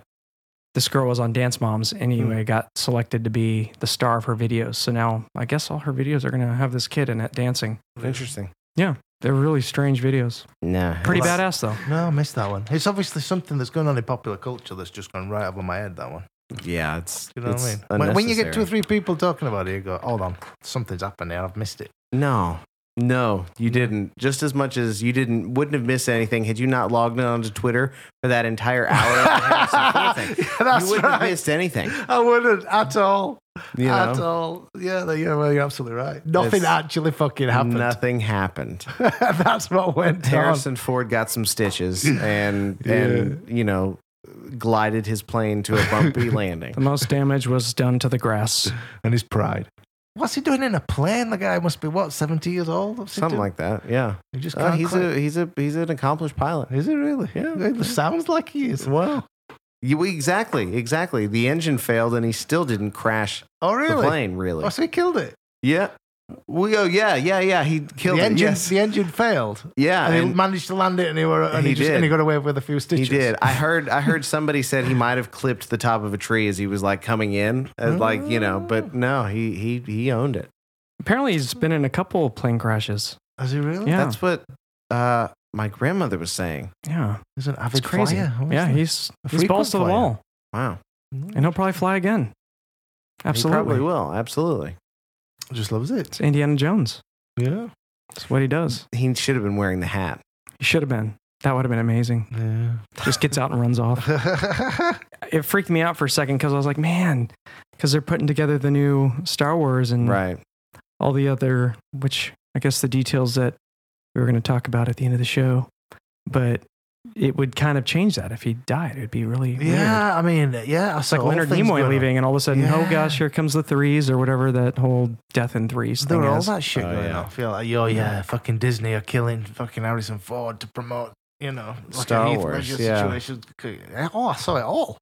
B: this girl was on Dance Moms
D: Hmm.
B: anyway, got selected to be the star of her videos. So now I guess all her videos are going to have this kid in it dancing.
D: interesting
B: They're really strange videos.
D: no
B: Pretty
C: Well,
B: badass, though.
C: No, I missed that one. It's obviously something that's going on in popular culture that's just gone right over my head. That one.
D: yeah it's
C: Do you know
D: it's
C: what I mean? When, when you get two or
D: unnecessary.
C: three people talking about it, you go, "Hold on, something's happened here. I've missed it."
D: no no you didn't just as much as you didn't wouldn't have missed anything had you not logged on to twitter for that entire hour of the Harrison Ford thing. you
C: that's
D: wouldn't have
C: right.
D: missed anything
C: I wouldn't at all.
D: you
C: At
D: know
C: all. Yeah, no, yeah, well, you're absolutely right. Nothing
D: It's-
C: actually fucking happened.
D: nothing happened
C: That's what went down.
D: Harrison Ford got some stitches and and you know glided his plane to a bumpy landing.
B: The most damage was done to the grass.
C: and his pride. What's he doing in a plane? The guy must be what, seventy years old? What's he
D: Something
C: doing?
D: like that. Yeah.
C: he just
D: Uh,
C: can't
D: he's
C: quit.
D: a he's a he's an accomplished pilot.
C: Is he really?
D: Yeah.
C: It sounds like he is.
D: Well, you, exactly, exactly. The engine failed and he still didn't crash
C: Oh,
D: the
C: really?
D: plane really.
C: Oh, so he killed it.
D: Yeah. We go, yeah, yeah, yeah. He killed
C: the
D: it.
C: engine,
D: Yes.
C: the engine failed,
D: Yeah.
C: and, he
D: and
C: managed to land it, and he, were, and he,
D: He
C: just,
D: did.
C: and he got away with a few
D: he
C: stitches.
D: did. I heard I heard somebody said he might have clipped the top of a tree as he was like coming in. As, like, you know,
C: Mm.
D: but no, he he he owned it.
B: Apparently, he's been in a couple of plane crashes.
C: Is he really?
B: Yeah.
D: That's what uh my grandmother was saying.
B: Yeah,
C: He's an
B: it's
C: avid
B: crazy.
C: flyer. wasn't
B: yeah,
C: he?
B: he's
C: A
B: he's balls to the
C: frequent flyer.
B: wall,
D: Wow.
C: Mm.
B: and he'll probably fly again.
D: He probably
B: Absolutely,
D: will. Absolutely.
C: just loves it.
B: it's Indiana Jones.
C: Yeah.
B: It's what he does.
D: He should have been wearing the hat.
B: He should have been. That would have been amazing.
C: Yeah.
B: Just gets out and runs off. It freaked me out for a second because I was like, man, because they're putting together the new Star Wars
C: Mm.
B: and
D: Right.
B: all the other, which I guess the details that we were going to talk about at the end of the show, but it would kind of change that if he died. It'd be really weird.
C: yeah. I mean, yeah.
B: It's like Leonard Nimoy leaving, and all of a sudden, oh
C: Yeah.
B: gosh, here comes the threes or whatever that whole death in threes
C: There
B: thing
C: were all
B: is.
C: that shit
D: Oh,
C: going
D: yeah.
C: on. I feel like, oh yeah, fucking Disney are killing fucking Harrison Ford to promote, you know, like
D: Star
C: a Heath
D: Wars,
C: Ledger
D: yeah.
C: situation. Oh, I saw it all.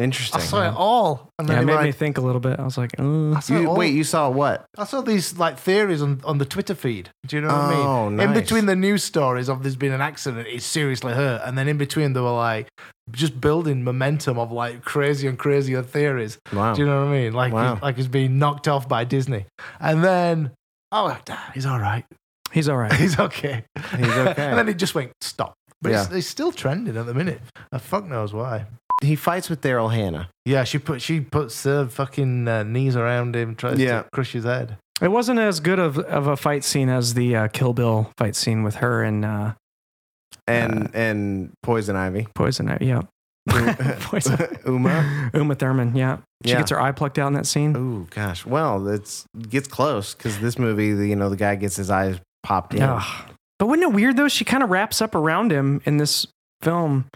C: I
D: Interesting.
C: saw it all. And then
B: yeah, it
C: they
B: made
C: were
B: me
C: like,
B: think a little bit. I was like, "Uh,
C: I saw it
D: You,
C: all.
D: wait, you saw what?
C: I saw these like theories on, on the Twitter feed. Do you know what I
D: Oh,
C: mean? In
D: nice.
C: between the news stories of there's been an accident, it's seriously hurt, and then in between they were like just building momentum of like crazy and crazier theories.
D: Wow.
C: Do you know what I mean? Like
D: Oh. Wow.
C: he's, like he's being knocked off by Disney, and then oh, he's all right,
B: he's all right.
C: he's okay,
D: He's okay.
C: and then it just went stop. But it's, it's still trending at the minute. Uh, fuck knows why.
D: he fights with Daryl Hannah.
C: Yeah, she put she puts her fucking uh, knees around him, tries
D: Yeah.
C: to crush his head.
B: It wasn't as good of, of a fight scene as the uh, Kill Bill fight scene with her and uh,
D: And and Poison Ivy.
B: Poison. Ivy. Yeah, Poison.
D: Uma.
B: Uma Thurman. Yeah, she
D: Yeah.
B: gets her eye plucked out in that scene.
D: Oh gosh. Well, it's gets close because this movie, the, you know, the guy gets his eyes popped in.
B: Ugh. But wasn't it weird though? She kind of wraps up around him in this film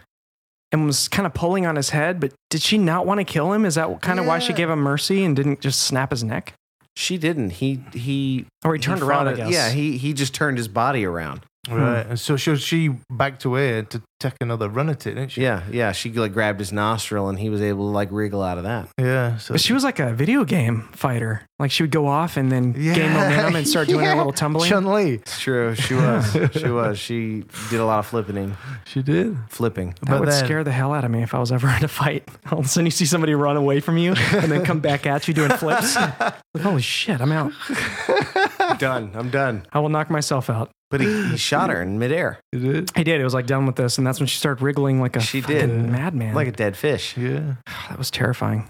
B: and was kind of pulling on his head. But did she not want to kill him? Is that kind of why she
D: Yeah.
B: gave him mercy and didn't just snap his neck?
D: She didn't. He he
B: Or he turned
D: fought
B: around, I
D: it.
B: guess.
D: Yeah, he he just turned his body around.
B: Hmm.
C: Right. And so she, she backed away to take another run at it, didn't she?
D: Yeah, yeah. She like grabbed his nostril and he was able to like wriggle out of that.
C: Yeah. So
B: But she was like a video game fighter. Like she would go off and then gain momentum and start doing her little tumbling.
C: Chun Li.
D: It's true. She was. she was. She did a lot of flipping.
C: She did.
D: Flipping.
B: That
C: But
B: would
C: then-
B: scare the hell out of me if I was ever in a fight. All of a sudden, you see somebody run away from you and then come back at you doing flips. Like, Holy shit, I'm out.
D: done. I'm done.
B: I will knock myself out.
D: But he, he shot her in midair
C: She did.
B: I did. It was like done with this, and that's when she started wriggling like a
D: She
B: fucking
D: did.
B: madman.
D: like a dead fish.
C: Yeah.
B: that was terrifying.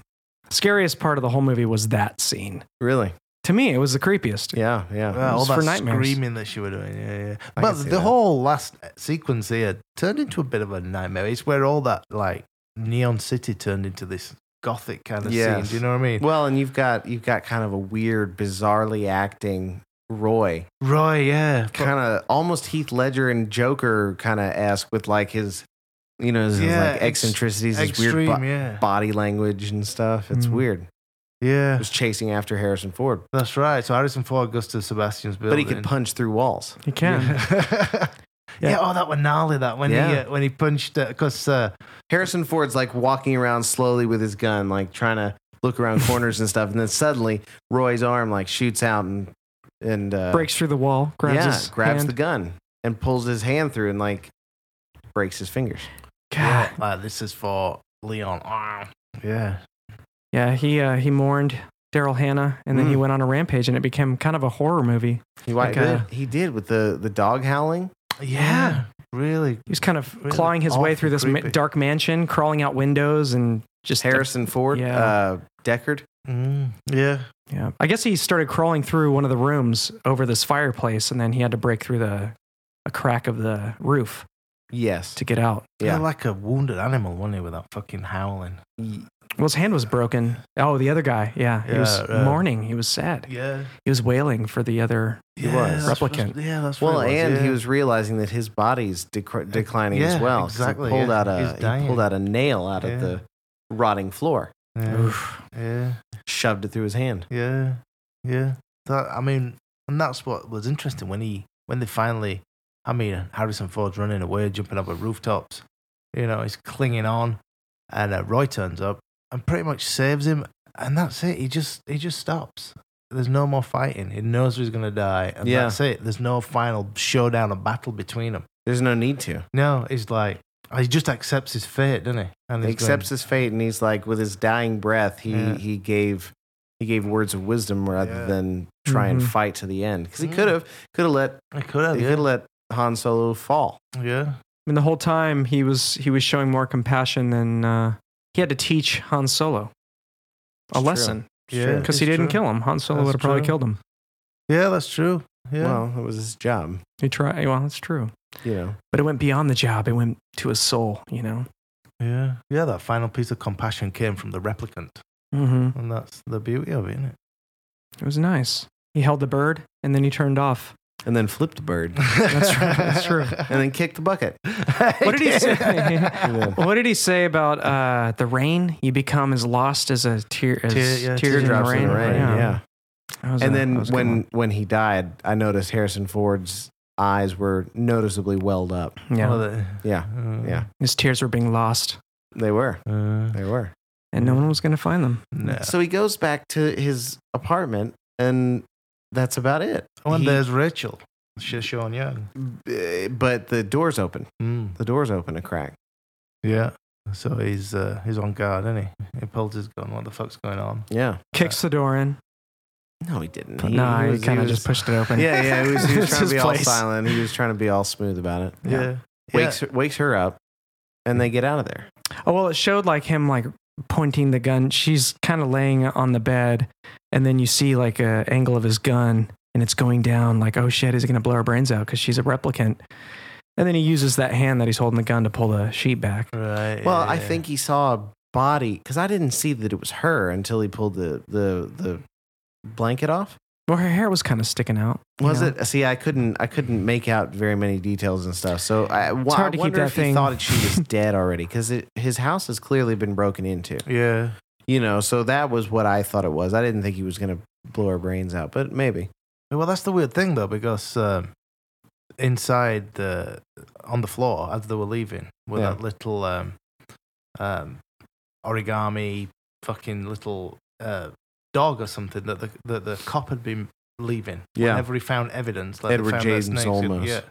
B: Scariest part of the whole movie was that scene.
D: Really?
B: To me, it was the creepiest.
D: Yeah. Yeah.
C: Well, all
B: for
C: that
B: nightmares.
C: screaming that she was doing. Yeah, yeah.
D: I
C: But
D: can see
C: the
D: that.
C: whole last sequence here turned into a bit of a nightmare. It's where all that like neon city turned into this gothic kind of
D: Yes.
C: scene. Do you know what I mean?
D: Well, and you've got you've got kind of a weird, bizarrely acting Roy,
C: Roy, yeah. But-
D: kind of almost Heath Ledger and Joker kind of esque with like his, you know, his
C: Yeah,
D: like
C: ex-
D: eccentricities, his
C: extreme,
D: weird bo-
C: yeah. Mm.
D: body language and stuff. It's
B: Mhm.
D: weird. He
C: Yeah.
D: was chasing after Harrison Ford,
C: That's right. So Harrison Ford goes to Sebastian's building.
D: but he could punch through walls.
B: You can.
C: yeah.
B: Yeah.
C: oh, that was gnarly. That when he
D: Yeah.
C: uh, when he punched because uh,
D: Harrison Ford's like walking around slowly with his gun, like trying to look around corners and stuff, and then suddenly Roy's arm like shoots out and and uh,
B: Breaks through the wall, grabs
D: yeah,
B: his
D: grabs
B: hand.
D: the gun and pulls his hand through and like breaks his fingers.
B: God.
C: yeah, like, this is for Leon. Ah. Yeah,
B: Yeah, he uh, he mourned Daryl Hannah, and then he
D: Mm.
B: went on a rampage, and it became kind of a horror movie.
D: He
B: Like,
D: like
B: uh,
D: he did with the the dog howling.
C: yeah, really.
B: He was kind of
C: Really
B: clawing his way
C: awful,
B: through this ma-
C: creepy.
B: dark mansion, crawling out windows, and just
D: Harrison Ford,
B: yeah.
D: uh, Deckard.
C: Mm, yeah,
B: Yeah, I guess he started crawling through one of the rooms over this fireplace, and then he had to break through the a crack of the roof
D: Yes.
B: to get out.
D: Yeah.
C: yeah, like a wounded animal, wasn't he? With that fucking howling.
B: Well, his hand was broken. Oh, the other guy. Yeah, he was
C: Yeah, yeah.
B: mourning. He was sad.
C: Yeah,
B: He was wailing for the other.
C: he
D: was.
B: Replicant.
C: yeah, that's what
D: Well,
C: it was,
D: and
C: yeah. Uh,
D: he was realizing that his body's dec- declining as
C: Yeah,
D: well. 'cause
C: exactly,
D: He pulled
C: yeah.
D: out
C: He's
D: a he
C: dying.
D: pulled out a nail out
C: Yeah.
D: of the rotting floor,
C: Yeah,
B: Oof.
C: yeah,
D: shoved it through his hand.
C: yeah, yeah. That I mean, and that's what was interesting when he when they finally. I mean, Harrison Ford's running away, jumping up at rooftops. You know, he's clinging on, and uh, Roy turns up and pretty much saves him, and that's it. He just he just stops. there's no more fighting. It knows who's gonna die, and
D: Yeah.
C: that's it. There's no final showdown or battle between them.
D: There's no need to.
C: No, it's like he just accepts his fate, doesn't he? And
D: He
C: he's going,
D: accepts his fate, and he's like, with his dying breath, he
C: Yeah.
D: he gave he gave words of wisdom rather
C: Yeah.
D: than try and
B: Mhm.
D: fight to the end because he
C: Mm.
D: could have could have let
C: I could have,
D: he could
C: yeah,
D: let Han Solo fall.
C: yeah.
B: I mean, the whole time he was he was showing more compassion than uh, he had to teach Han Solo a
D: It's
B: lesson
C: Yeah.
B: because he
C: It's
B: didn't
C: true.
B: kill him. Han Solo
C: That's
B: would have probably
C: true.
B: killed him.
C: Yeah, that's true. Yeah,
D: Well, it was his job,
B: He tried. Well, that's true,
D: you know.
B: but it went beyond the job. It went to his soul. You know.
C: yeah, yeah. That final piece of compassion came from the replicant,
B: Mm-hmm.
C: and that's the beauty of it, isn't it?
B: It was nice. He held the bird and then he turned off.
D: And then flipped the bird,
C: That's
B: right, that's true.
D: and then kicked the bucket.
C: what
B: What did he say?
D: Yeah.
B: what did he say about uh, the rain? You become as lost as a tear, as
C: Tear- yeah,
B: tear in the
D: Teardrops
B: rain.
D: in the rain. Yeah.
B: That was
D: And
B: a- that
D: then
B: was a good
D: when
B: one.
D: when he died, I noticed Harrison Ford's eyes were noticeably welled up.
B: yeah,
D: Yeah, yeah.
B: his tears were being lost,
D: They were.
C: Uh,
D: They were.
B: and
D: Mm.
B: no one was going to find them.
C: no.
D: So he goes back to his apartment, and that's about it.
C: Oh, and
D: He-
C: there's Rachel. She's Sean Young. Mm.
D: b- but the door's open. The door's open a crack.
C: Yeah. So he's uh, he's on guard, isn't he? He pulls his gun. What the fuck's going on?
D: Yeah.
B: Kicks the door in.
D: No, he didn't.
B: But no, he,
D: was-
B: kind of
D: was-
B: just pushed it open.
D: Yeah, yeah. He was, he was
B: It's
D: trying to
B: his
D: be
B: place.
D: all silent. He was trying to be all smooth about it.
C: Yeah.
D: Wakes her, wakes her up, and they get out of there.
B: Oh well, it showed like him like pointing the gun. She's kind of laying on the bed, and then you see like a angle of his gun, and it's going down. Like, oh shit, is it gonna blow her brains out? Because she's a replicant. And then he uses that hand that he's holding the gun to pull the sheet back.
C: Right.
D: Well,
C: yeah,
D: I
C: yeah.
D: think he saw a body because I didn't see that it was her until he pulled the the the blanket off.
B: Well, her hair was kind of sticking out. you
D: Was
B: know?
D: it? See, I couldn't. I couldn't make out very many details and stuff. So I, wa-
B: It's hard to
D: I
B: keep
D: wonder
B: that
D: if he
B: thing-
D: thought that she was dead already because his house has clearly been broken into.
C: Yeah.
D: You know, so that was what I thought it was. I didn't think he was going to blow her brains out, but maybe.
C: Well, that's the weird thing though, because um, inside the on the floor as they were leaving, with
D: Yeah.
C: that little um, um, origami fucking little uh, dog or something that the that the cop had been leaving.
D: Yeah.
C: Whenever he found evidence, like they
D: Edward
C: found that
D: James
C: snake,
D: Olmos.
C: Yeah.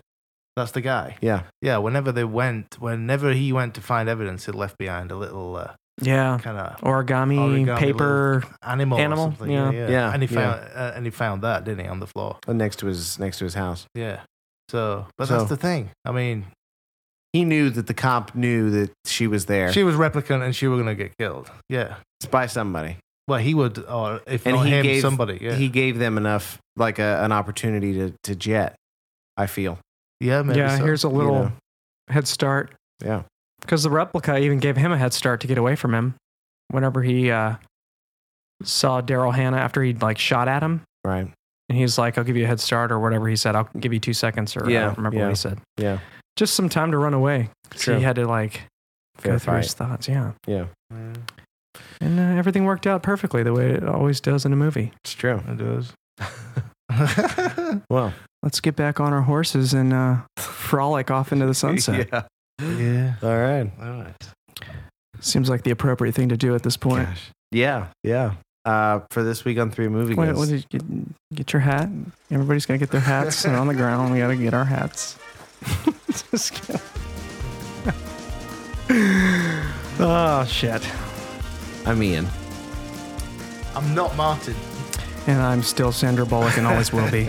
C: That's the guy.
D: Yeah.
C: Yeah. Whenever they went, whenever he went to find evidence, he left behind a little uh,
B: Yeah.
C: kind of
B: Origami,
C: Origami
B: paper.
C: animal.
B: Animal,
C: Or something.
B: yeah.
C: Yeah,
D: Yeah,
C: And he
D: yeah.
C: found uh, and he found that, didn't he, on the floor?
D: And uh, Next to his next to his house.
C: Yeah. So, but
D: So-
C: that's the thing. I mean,
D: He knew that the cop knew that she was there
C: she was replicant and she were gonna get killed. Yeah.
D: by somebody.
C: Well, he would, or if
D: And
C: not
D: he
C: him,
D: gave-
C: somebody. Yeah.
D: He gave them enough like a, an opportunity to, to jet, I feel.
C: yeah. Maybe
B: Yeah,
C: so.
B: here's a
D: you
B: little
D: know.
B: head start.
D: Yeah.
B: Because the replica even gave him a head start to get away from him. Whenever he uh, saw Daryl Hannah after he'd like shot at him,
D: Right.
B: And he's like, I'll give you a head start or whatever he said. I'll give you two seconds or I
D: Yeah,
B: don't remember
D: yeah,
B: what he said.
D: yeah.
B: Just some time to run away. So
D: True.
B: he had to like
D: Fair
B: go through
D: fight.
B: his thoughts. Yeah.
D: Yeah.
B: And uh, everything worked out perfectly the way it always does in a movie.
D: It's true.
C: It does.
D: Well,
B: Let's get back on our horses and uh, frolic off into the sunset.
D: yeah.
C: yeah.
D: All right.
C: All right.
B: Seems like the appropriate thing to do at this point.
D: Yeah. Yeah. Uh, for this week on Three Movie
B: Wait,
D: Guys.
B: what did you get, get your hat? Everybody's going to get their hats. They're on the ground. We got to get our hats. Just kidding. oh, shit.
D: I'm Ian.
C: I'm not Martin.
B: And I'm still Sandra Bullock and always will be.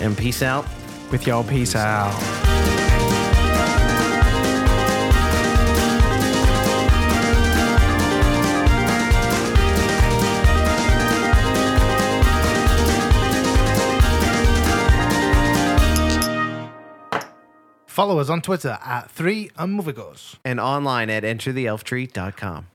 D: And peace out.
B: With y'all, peace out.
C: Follow us on Twitter at three and movie goes.
D: And online at entertheelftree.com.